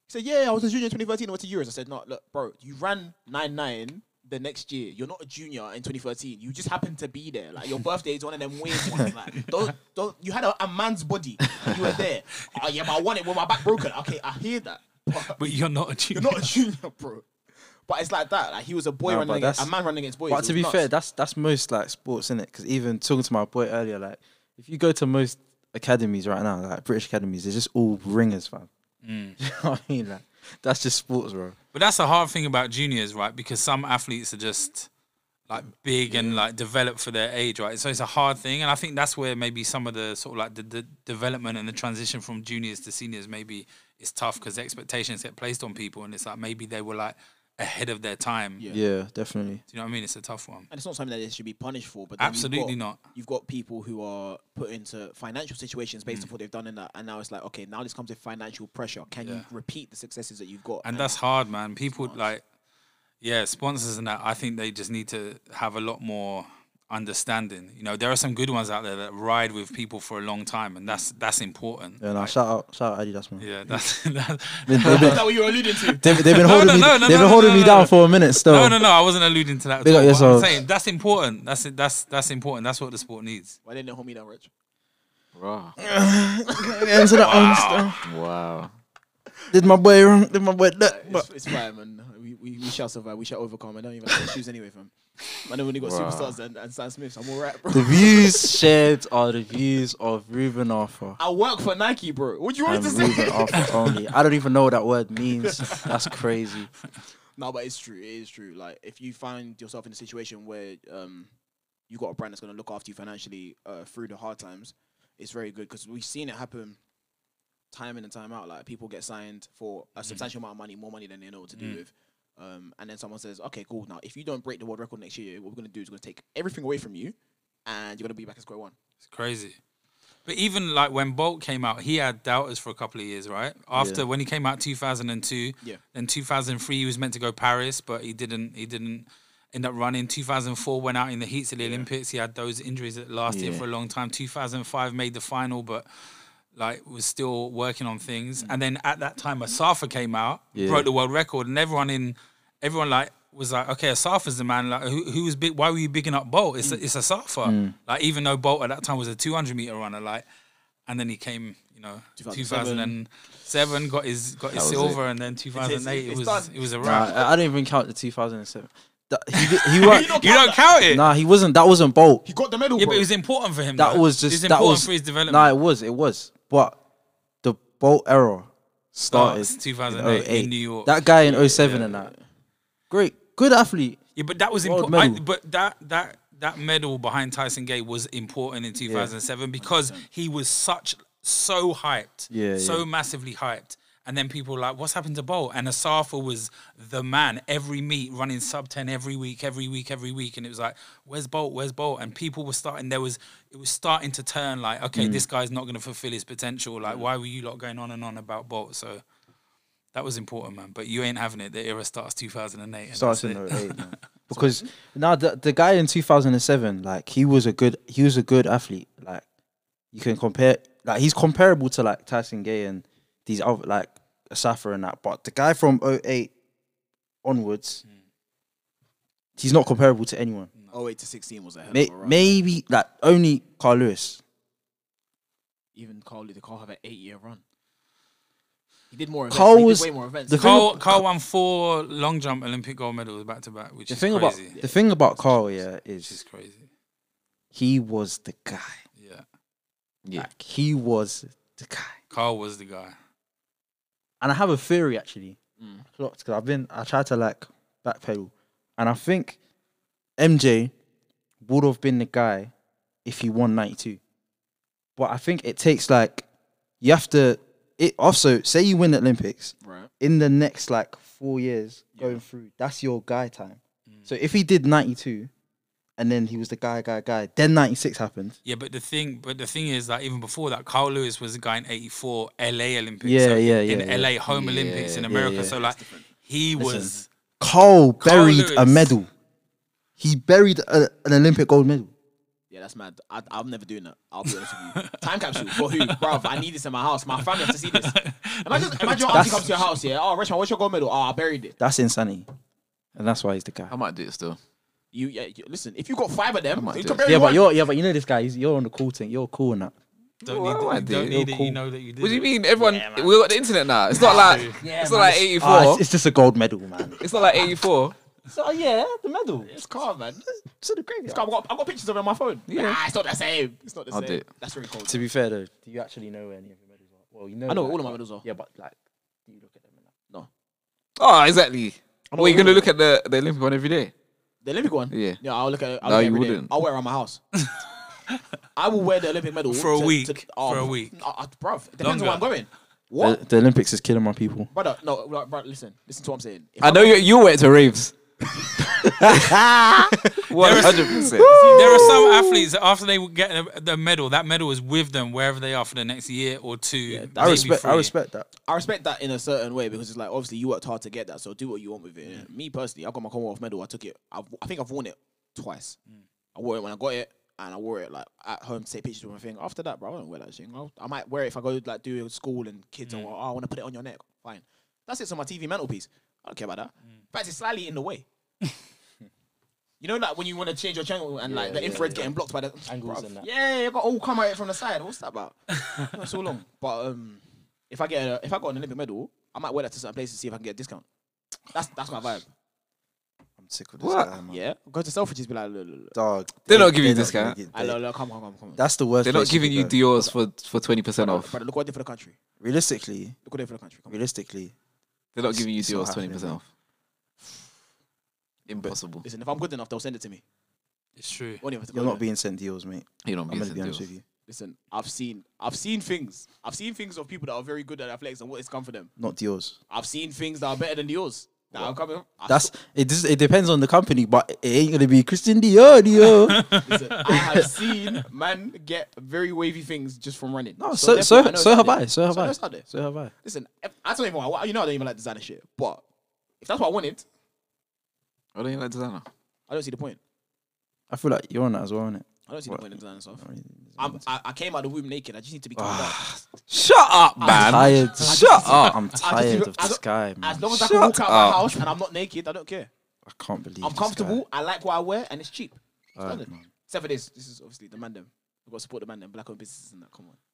Speaker 3: He said, "Yeah, I was a junior in 2013. I went to Euros." I said, "No, look, bro, you ran nine nine the next year. You're not a junior in 2013. You just happened to be there.
Speaker 4: <laughs>
Speaker 3: Like your birthday is one of them weird ones. Like don't, don't, you had a, a man's body. and You were
Speaker 4: <laughs>
Speaker 3: there. Oh yeah, but I want it with my back broken. Okay, I hear that. But
Speaker 1: But you're not a junior.
Speaker 3: you're not a junior, bro. But it's like that. Like he was a boy
Speaker 4: Nah,
Speaker 3: running
Speaker 4: but
Speaker 3: against, a
Speaker 4: that's-
Speaker 3: man running against boys.
Speaker 4: But
Speaker 3: It
Speaker 4: to
Speaker 3: was
Speaker 4: be
Speaker 3: nuts.
Speaker 4: fair, that's that's most like sports, is it? Because even talking to my boy earlier, like if you go to most academies right now, like British academies, they're just all ringers, fam.
Speaker 3: Mm.
Speaker 4: <laughs> you know what I mean? Like that's just sports, bro.
Speaker 1: But that's the hard thing about juniors, right? Because some athletes are just like big and like developed for their age, right? So it's a hard thing, and I think that's where maybe some of the sort of like the, the development and the transition from juniors to seniors maybe is tough because expectations get placed on people, and it's like maybe they were like ahead of their time.
Speaker 3: Yeah.
Speaker 4: Yeah, definitely.
Speaker 1: Do you know what I mean? It's a tough one.
Speaker 3: and it's not something that they should be punished for. But then you've
Speaker 1: Absolutely
Speaker 3: got-
Speaker 1: not.
Speaker 3: You've got people who are put into financial situations
Speaker 1: Mm.
Speaker 3: based on what they've done in that, and now it's like, okay, now this comes with financial pressure. Can you
Speaker 1: Yeah.
Speaker 3: repeat the successes that you've got?
Speaker 1: and that's hard, man. People like, yeah, sponsors and that. I think they just need to have a lot more understanding. You know, there are some good ones out there that ride with people for a long time, and that's that's important.
Speaker 4: Yeah, nah, shout out, shout out Adidas, man.
Speaker 1: Yeah, that's, <laughs> that's
Speaker 4: <laughs> They've,
Speaker 3: <laughs> Is
Speaker 4: been,
Speaker 3: that what you were alluding to?
Speaker 4: they've, they've been
Speaker 1: <laughs>
Speaker 4: holding
Speaker 1: no,
Speaker 4: me,
Speaker 1: no, no,
Speaker 4: they've been
Speaker 1: no,
Speaker 4: holding
Speaker 1: no,
Speaker 4: me
Speaker 1: no,
Speaker 4: down
Speaker 1: no.
Speaker 4: for a minute still.
Speaker 1: no, no, no. I wasn't alluding to that. At
Speaker 4: Big
Speaker 1: all, but
Speaker 4: up
Speaker 1: I'm
Speaker 4: yourselves.
Speaker 1: saying that's important. That's it. That's that's important. That's what the sport needs.
Speaker 3: Why didn't they hold me down, Rich?
Speaker 2: Rah.
Speaker 4: Into the arms,
Speaker 2: Wow.
Speaker 4: uh, Did my boy wrong? Did my boy that?
Speaker 3: It's, it's fine, man. We, we, we shall survive. We shall overcome. I don't even have shoes anyway, fam. I know when you got
Speaker 2: Wow.
Speaker 3: superstars and, and Stan Smiths, I'm all right, bro.
Speaker 4: The views shared are the views of Ruben Arthur.
Speaker 3: I work for Nike, bro. What do you want
Speaker 4: And
Speaker 3: me to say?
Speaker 4: Ruben Arthur only. I don't even know what that word
Speaker 1: <laughs>
Speaker 4: means. That's crazy.
Speaker 3: No, but it's true. It is true. Like if you find yourself in a situation where um you got a brand that's going to look after you financially uh, through the hard times, it's very good because we've seen it happen time in and time out. Like people get signed for
Speaker 4: Mm.
Speaker 3: a substantial amount of money, more money than they know what to do with. Um, and then someone says, "Okay, cool. Now, if you don't break the world record next year, what we're going to do is we're going to take everything away from you, and you're going to be back at square one."
Speaker 1: It's crazy. But even like when Bolt came out, he had doubters for a couple of years, right? After when he came out 2002,
Speaker 3: Yeah.
Speaker 1: then 2003 he was meant to go Paris, but he didn't. He didn't end up running. 2004 went out in the heats of the Olympics. He had those injuries that lasted
Speaker 2: Yeah.
Speaker 1: for a long time. 2005 made the final, but like was still working on things.
Speaker 4: Mm.
Speaker 1: And then at that time, Asafa came out, broke the world record, and everyone in everyone like was like, okay, Asafa's the man. Like, who, who was big? Why were you bigging up Bolt? It's
Speaker 4: Mm.
Speaker 1: it's Asafa. Like, even though Bolt at that time was a 200 meter runner, like, and then he came, you know,
Speaker 3: 2007.
Speaker 1: 2007 got his got his
Speaker 2: was it.
Speaker 1: silver, and then 2008
Speaker 3: it's
Speaker 1: it was
Speaker 3: done.
Speaker 1: it was a
Speaker 4: Nah, uh,
Speaker 1: wrap.
Speaker 4: I, I didn't even count the 2007. That, he di-
Speaker 1: <laughs>
Speaker 4: he weren't.
Speaker 1: You don't count it.
Speaker 4: nah, he wasn't. That wasn't Bolt.
Speaker 3: He got the medal.
Speaker 1: Yeah,
Speaker 3: bro.
Speaker 1: but it was important for him.
Speaker 4: That
Speaker 1: though.
Speaker 4: was
Speaker 1: It
Speaker 4: just. That
Speaker 1: important
Speaker 4: was
Speaker 1: for his development.
Speaker 4: Nah, it was. It was. But the Bolt era started
Speaker 1: Starts
Speaker 4: in
Speaker 1: 2008 in
Speaker 4: 08.
Speaker 1: New York.
Speaker 4: That guy in 07 and that. Great, good athlete.
Speaker 1: Yeah, but that was
Speaker 4: World
Speaker 1: important. I-
Speaker 4: medal.
Speaker 1: But that that that medal behind Tyson Gay was important in 2007 because he was such so hyped,
Speaker 4: Yeah,
Speaker 1: so
Speaker 4: yeah.
Speaker 1: massively hyped. And then people were like, "What's happened to Bolt?" And Asafa was the man. Every meet, running sub ten every week, every week, every week, and it was like, "Where's Bolt? Where's Bolt?" And people were starting. There was it was starting to turn. Like,
Speaker 4: Mm.
Speaker 1: okay, this guy's not going to fulfill his potential. Like, why were you lot going on and on about Bolt? So that was important, man. But you ain't having it. The era starts 2008. and
Speaker 4: starts
Speaker 1: that's
Speaker 4: in
Speaker 1: it. <laughs>
Speaker 4: 08 man. because now the, the guy in 2007 like he was a good he was a good athlete like you can compare like he's comparable to like Tyson Gay and these other like Asafra and that but the guy from 08 onwards
Speaker 1: Hmm.
Speaker 4: he's not comparable to anyone
Speaker 3: 08 to 16 was a hell
Speaker 4: May,
Speaker 3: of a run.
Speaker 4: maybe like only Carl Lewis
Speaker 3: Even Carl, the Carl have an eight-year run. He did more. Events.
Speaker 4: Carl
Speaker 3: he
Speaker 4: was-
Speaker 3: did way more events.
Speaker 4: the thing uh,
Speaker 1: Carl, Carl won four long jump Olympic gold medals back to back, which
Speaker 4: the
Speaker 1: is
Speaker 4: thing
Speaker 1: crazy.
Speaker 4: about the thing about Carl yeah
Speaker 1: which
Speaker 4: is
Speaker 1: is crazy.
Speaker 4: he was the guy
Speaker 1: Yeah,
Speaker 2: Yeah.
Speaker 4: like he was the guy
Speaker 1: Carl was the guy.
Speaker 4: and I have a theory actually
Speaker 3: Mm.
Speaker 4: clocked because I've been I tried to like backpedal, and I think MJ would have been the guy if he won ninety two, but I think it takes like you have to it also say you win the Olympics
Speaker 3: Right.
Speaker 4: in the next like four years going
Speaker 3: Yeah.
Speaker 4: through that's your guy time. So if he did ninety two, and then he was the guy guy guy, then ninety six happened.
Speaker 1: Yeah, but the thing, but the thing is that even before that, Carl Lewis was a guy in '84 LA Olympics.
Speaker 4: Yeah,
Speaker 1: so
Speaker 4: yeah,
Speaker 1: In
Speaker 4: yeah, yeah.
Speaker 1: LA home Olympics in
Speaker 2: yeah,
Speaker 1: America,
Speaker 4: yeah.
Speaker 1: so like he was.
Speaker 4: Cole
Speaker 1: Carl
Speaker 4: buried a
Speaker 1: Lewis.
Speaker 4: medal. He buried a, an Olympic gold medal.
Speaker 3: Yeah, that's mad. I, I'm never doing that. I'll be honest with you. <laughs> Time capsule for who, bruv? I need this in my house. My family has to see this. Imagine, imagine your auntie
Speaker 4: That's-
Speaker 3: comes to your house. Yeah. Oh, Richmond, what's your gold medal? Oh, I buried it.
Speaker 4: That's insanity. and that's why he's the guy.
Speaker 2: I might do it still.
Speaker 3: You, yeah, you- listen. If you got five of them,
Speaker 2: might
Speaker 3: you
Speaker 2: do
Speaker 3: can
Speaker 2: it.
Speaker 3: barely
Speaker 4: Yeah, but
Speaker 3: one.
Speaker 4: you're yeah, but you know this guy. He's, you're on the cool thing. You're cool and that.
Speaker 1: Don't
Speaker 2: Well,
Speaker 1: need
Speaker 2: I
Speaker 1: it. You
Speaker 2: did.
Speaker 1: don't
Speaker 2: You're
Speaker 1: need it. You
Speaker 4: cool.
Speaker 1: know that you did.
Speaker 2: What do you
Speaker 1: it.
Speaker 2: mean? Everyone,
Speaker 3: Yeah, man.
Speaker 2: we got the internet now. It's not like
Speaker 4: Yeah,
Speaker 2: it's
Speaker 4: man,
Speaker 2: not like
Speaker 4: it's-
Speaker 2: eighty
Speaker 4: Ah,
Speaker 2: four.
Speaker 4: it's, it's just a gold medal, man.
Speaker 2: It's not like eighty four.
Speaker 4: <laughs> so yeah, the medal.
Speaker 3: It's calm, man.
Speaker 4: It's the graveyard.
Speaker 3: It's calm. I've got, I've got pictures of it on my phone.
Speaker 2: Yeah.
Speaker 3: Nah, it's not the same. It's not the
Speaker 2: I'll
Speaker 3: same.
Speaker 2: do it.
Speaker 3: That's really cold.
Speaker 4: To be fair though, do you actually know where any of your medals are? Well, you know.
Speaker 3: I know
Speaker 4: like,
Speaker 3: all of my medals are.
Speaker 4: Yeah, but like, do you look at them? And that?
Speaker 2: Oh, exactly.
Speaker 3: I'm
Speaker 2: Well,
Speaker 3: not
Speaker 2: you're gonna
Speaker 3: rude.
Speaker 2: look at the the Olympic one every day.
Speaker 3: The Olympic one.
Speaker 2: Yeah.
Speaker 3: Yeah, I'll look at it. I'll
Speaker 2: No,
Speaker 3: look at it
Speaker 2: you
Speaker 3: every day.
Speaker 2: wouldn't.
Speaker 3: I'll wear it around my house. I will wear the Olympic medal
Speaker 1: For a
Speaker 3: to-
Speaker 1: week.
Speaker 3: to-
Speaker 1: For a week.
Speaker 3: Uh, uh, bruv, it depends on where I'm
Speaker 1: Longer.
Speaker 3: going. What,
Speaker 4: The, the Olympics is killing my
Speaker 2: <laughs>
Speaker 4: people.
Speaker 3: brother? No, like, brother. Listen, listen to what I'm saying. If
Speaker 2: I
Speaker 3: I'm
Speaker 2: know you you went to raves. One hundred percent.
Speaker 1: There are some athletes that after they get the- the medal, that medal is with them wherever they are for the next year or two.
Speaker 3: that-
Speaker 4: I
Speaker 1: maybe
Speaker 4: respect. I
Speaker 1: three.
Speaker 4: respect that.
Speaker 3: I respect that in a certain way because it's like obviously you worked hard to get that, so do what you want with it. innit? Me personally, I got my Commonwealth medal. I took it. I've, I think I've worn it twice. I wore it when I got it, and I wore it like at home to take pictures with my thing. After that, bro, I don't wear that shit. I'll- I might wear it if I go like do school and kids
Speaker 4: Mm.
Speaker 3: and oh, I want to put it on your neck. Fine, that's it. on my TV mantelpiece. I don't care about that.
Speaker 4: Mm.
Speaker 3: But it's slightly in the
Speaker 4: <laughs>
Speaker 3: way. You know, like when you want to change your channel and like the infrared's getting blocked by the
Speaker 4: Angles
Speaker 3: Bruv,
Speaker 4: and that.
Speaker 3: Yeah, it got all come at it from the side. What's that
Speaker 4: <laughs>
Speaker 3: about? Not so long. But um, if I get a, if I got an Olympic medal, I might wear that to certain places to see if I can get a discount. That's that's my vibe.
Speaker 4: I'm sick of
Speaker 2: this What? guy,
Speaker 3: Yeah, go to Selfridges, be like, look, look, look.
Speaker 4: Dog.
Speaker 2: They're not giving you this guy.
Speaker 3: Ah, look, look, come, come, come, come.
Speaker 4: That's the worst. <laughs>
Speaker 2: They're not
Speaker 4: place you
Speaker 2: giving you
Speaker 4: could go.
Speaker 2: Dior's for for twenty percent off.
Speaker 3: Brother, look what they did for the country.
Speaker 4: Realistically,
Speaker 3: Look what they did for the country. Come on.
Speaker 4: realistically,
Speaker 2: They're not giving you
Speaker 4: It's not
Speaker 2: Dior's twenty
Speaker 4: happening,
Speaker 2: percent off. Impossible.
Speaker 3: Listen, if I'm good enough, they'll send it to me.
Speaker 1: It's true.
Speaker 3: Won't even have to
Speaker 4: you're
Speaker 3: go
Speaker 4: not
Speaker 3: there.
Speaker 4: being sent deals, mate.
Speaker 2: You don't
Speaker 4: I'm
Speaker 2: mean
Speaker 4: gonna
Speaker 2: to
Speaker 4: be honest
Speaker 2: Dior's.
Speaker 4: with you.
Speaker 3: Listen, I've seen, I've seen things. I've seen things of people that are very good at athletics and what it's come for them.
Speaker 4: Not deals.
Speaker 3: I've seen things that are better than yours. That are coming. I've
Speaker 4: That's it. Just, it depends on the company, but it ain't gonna be Christian Dior. Dior.
Speaker 3: <laughs> Listen, I
Speaker 4: <laughs>
Speaker 3: have seen man get very wavy things just from running.
Speaker 4: No, so so
Speaker 3: therefore, I
Speaker 4: so,
Speaker 3: know it's out
Speaker 4: have
Speaker 3: there.
Speaker 4: I. So have
Speaker 3: I know
Speaker 4: I.
Speaker 3: it's out there.
Speaker 4: So have I.
Speaker 3: Listen, if- I don't even want. You know, I don't even like designer shit. But if that's what I wanted,
Speaker 2: I don't even like designer.
Speaker 3: I don't see the point.
Speaker 4: I feel like you're on that as well, innit?
Speaker 3: I don't see
Speaker 4: What?
Speaker 3: the point in designer stuff. I'm, I, I came out of the womb naked. I just need to be covered up.
Speaker 4: Ah,
Speaker 2: Shut up,
Speaker 4: I'm
Speaker 2: man.
Speaker 4: tired.
Speaker 2: Shut up.
Speaker 4: I'm
Speaker 3: I just
Speaker 4: tired
Speaker 3: even-
Speaker 4: of
Speaker 3: I
Speaker 4: this
Speaker 3: don't-
Speaker 4: guy, man.
Speaker 3: As long as I
Speaker 2: Shut
Speaker 3: can walk out my
Speaker 2: up.
Speaker 3: house and I'm not naked, I don't care.
Speaker 4: I can't believe
Speaker 3: I'm
Speaker 4: this guy.
Speaker 3: comfortable. I like what I wear, and it's cheap. Standard.
Speaker 4: man.
Speaker 3: Except for this. This is obviously the man them. We've got to support the man them. Black owned businesses and that. Come on.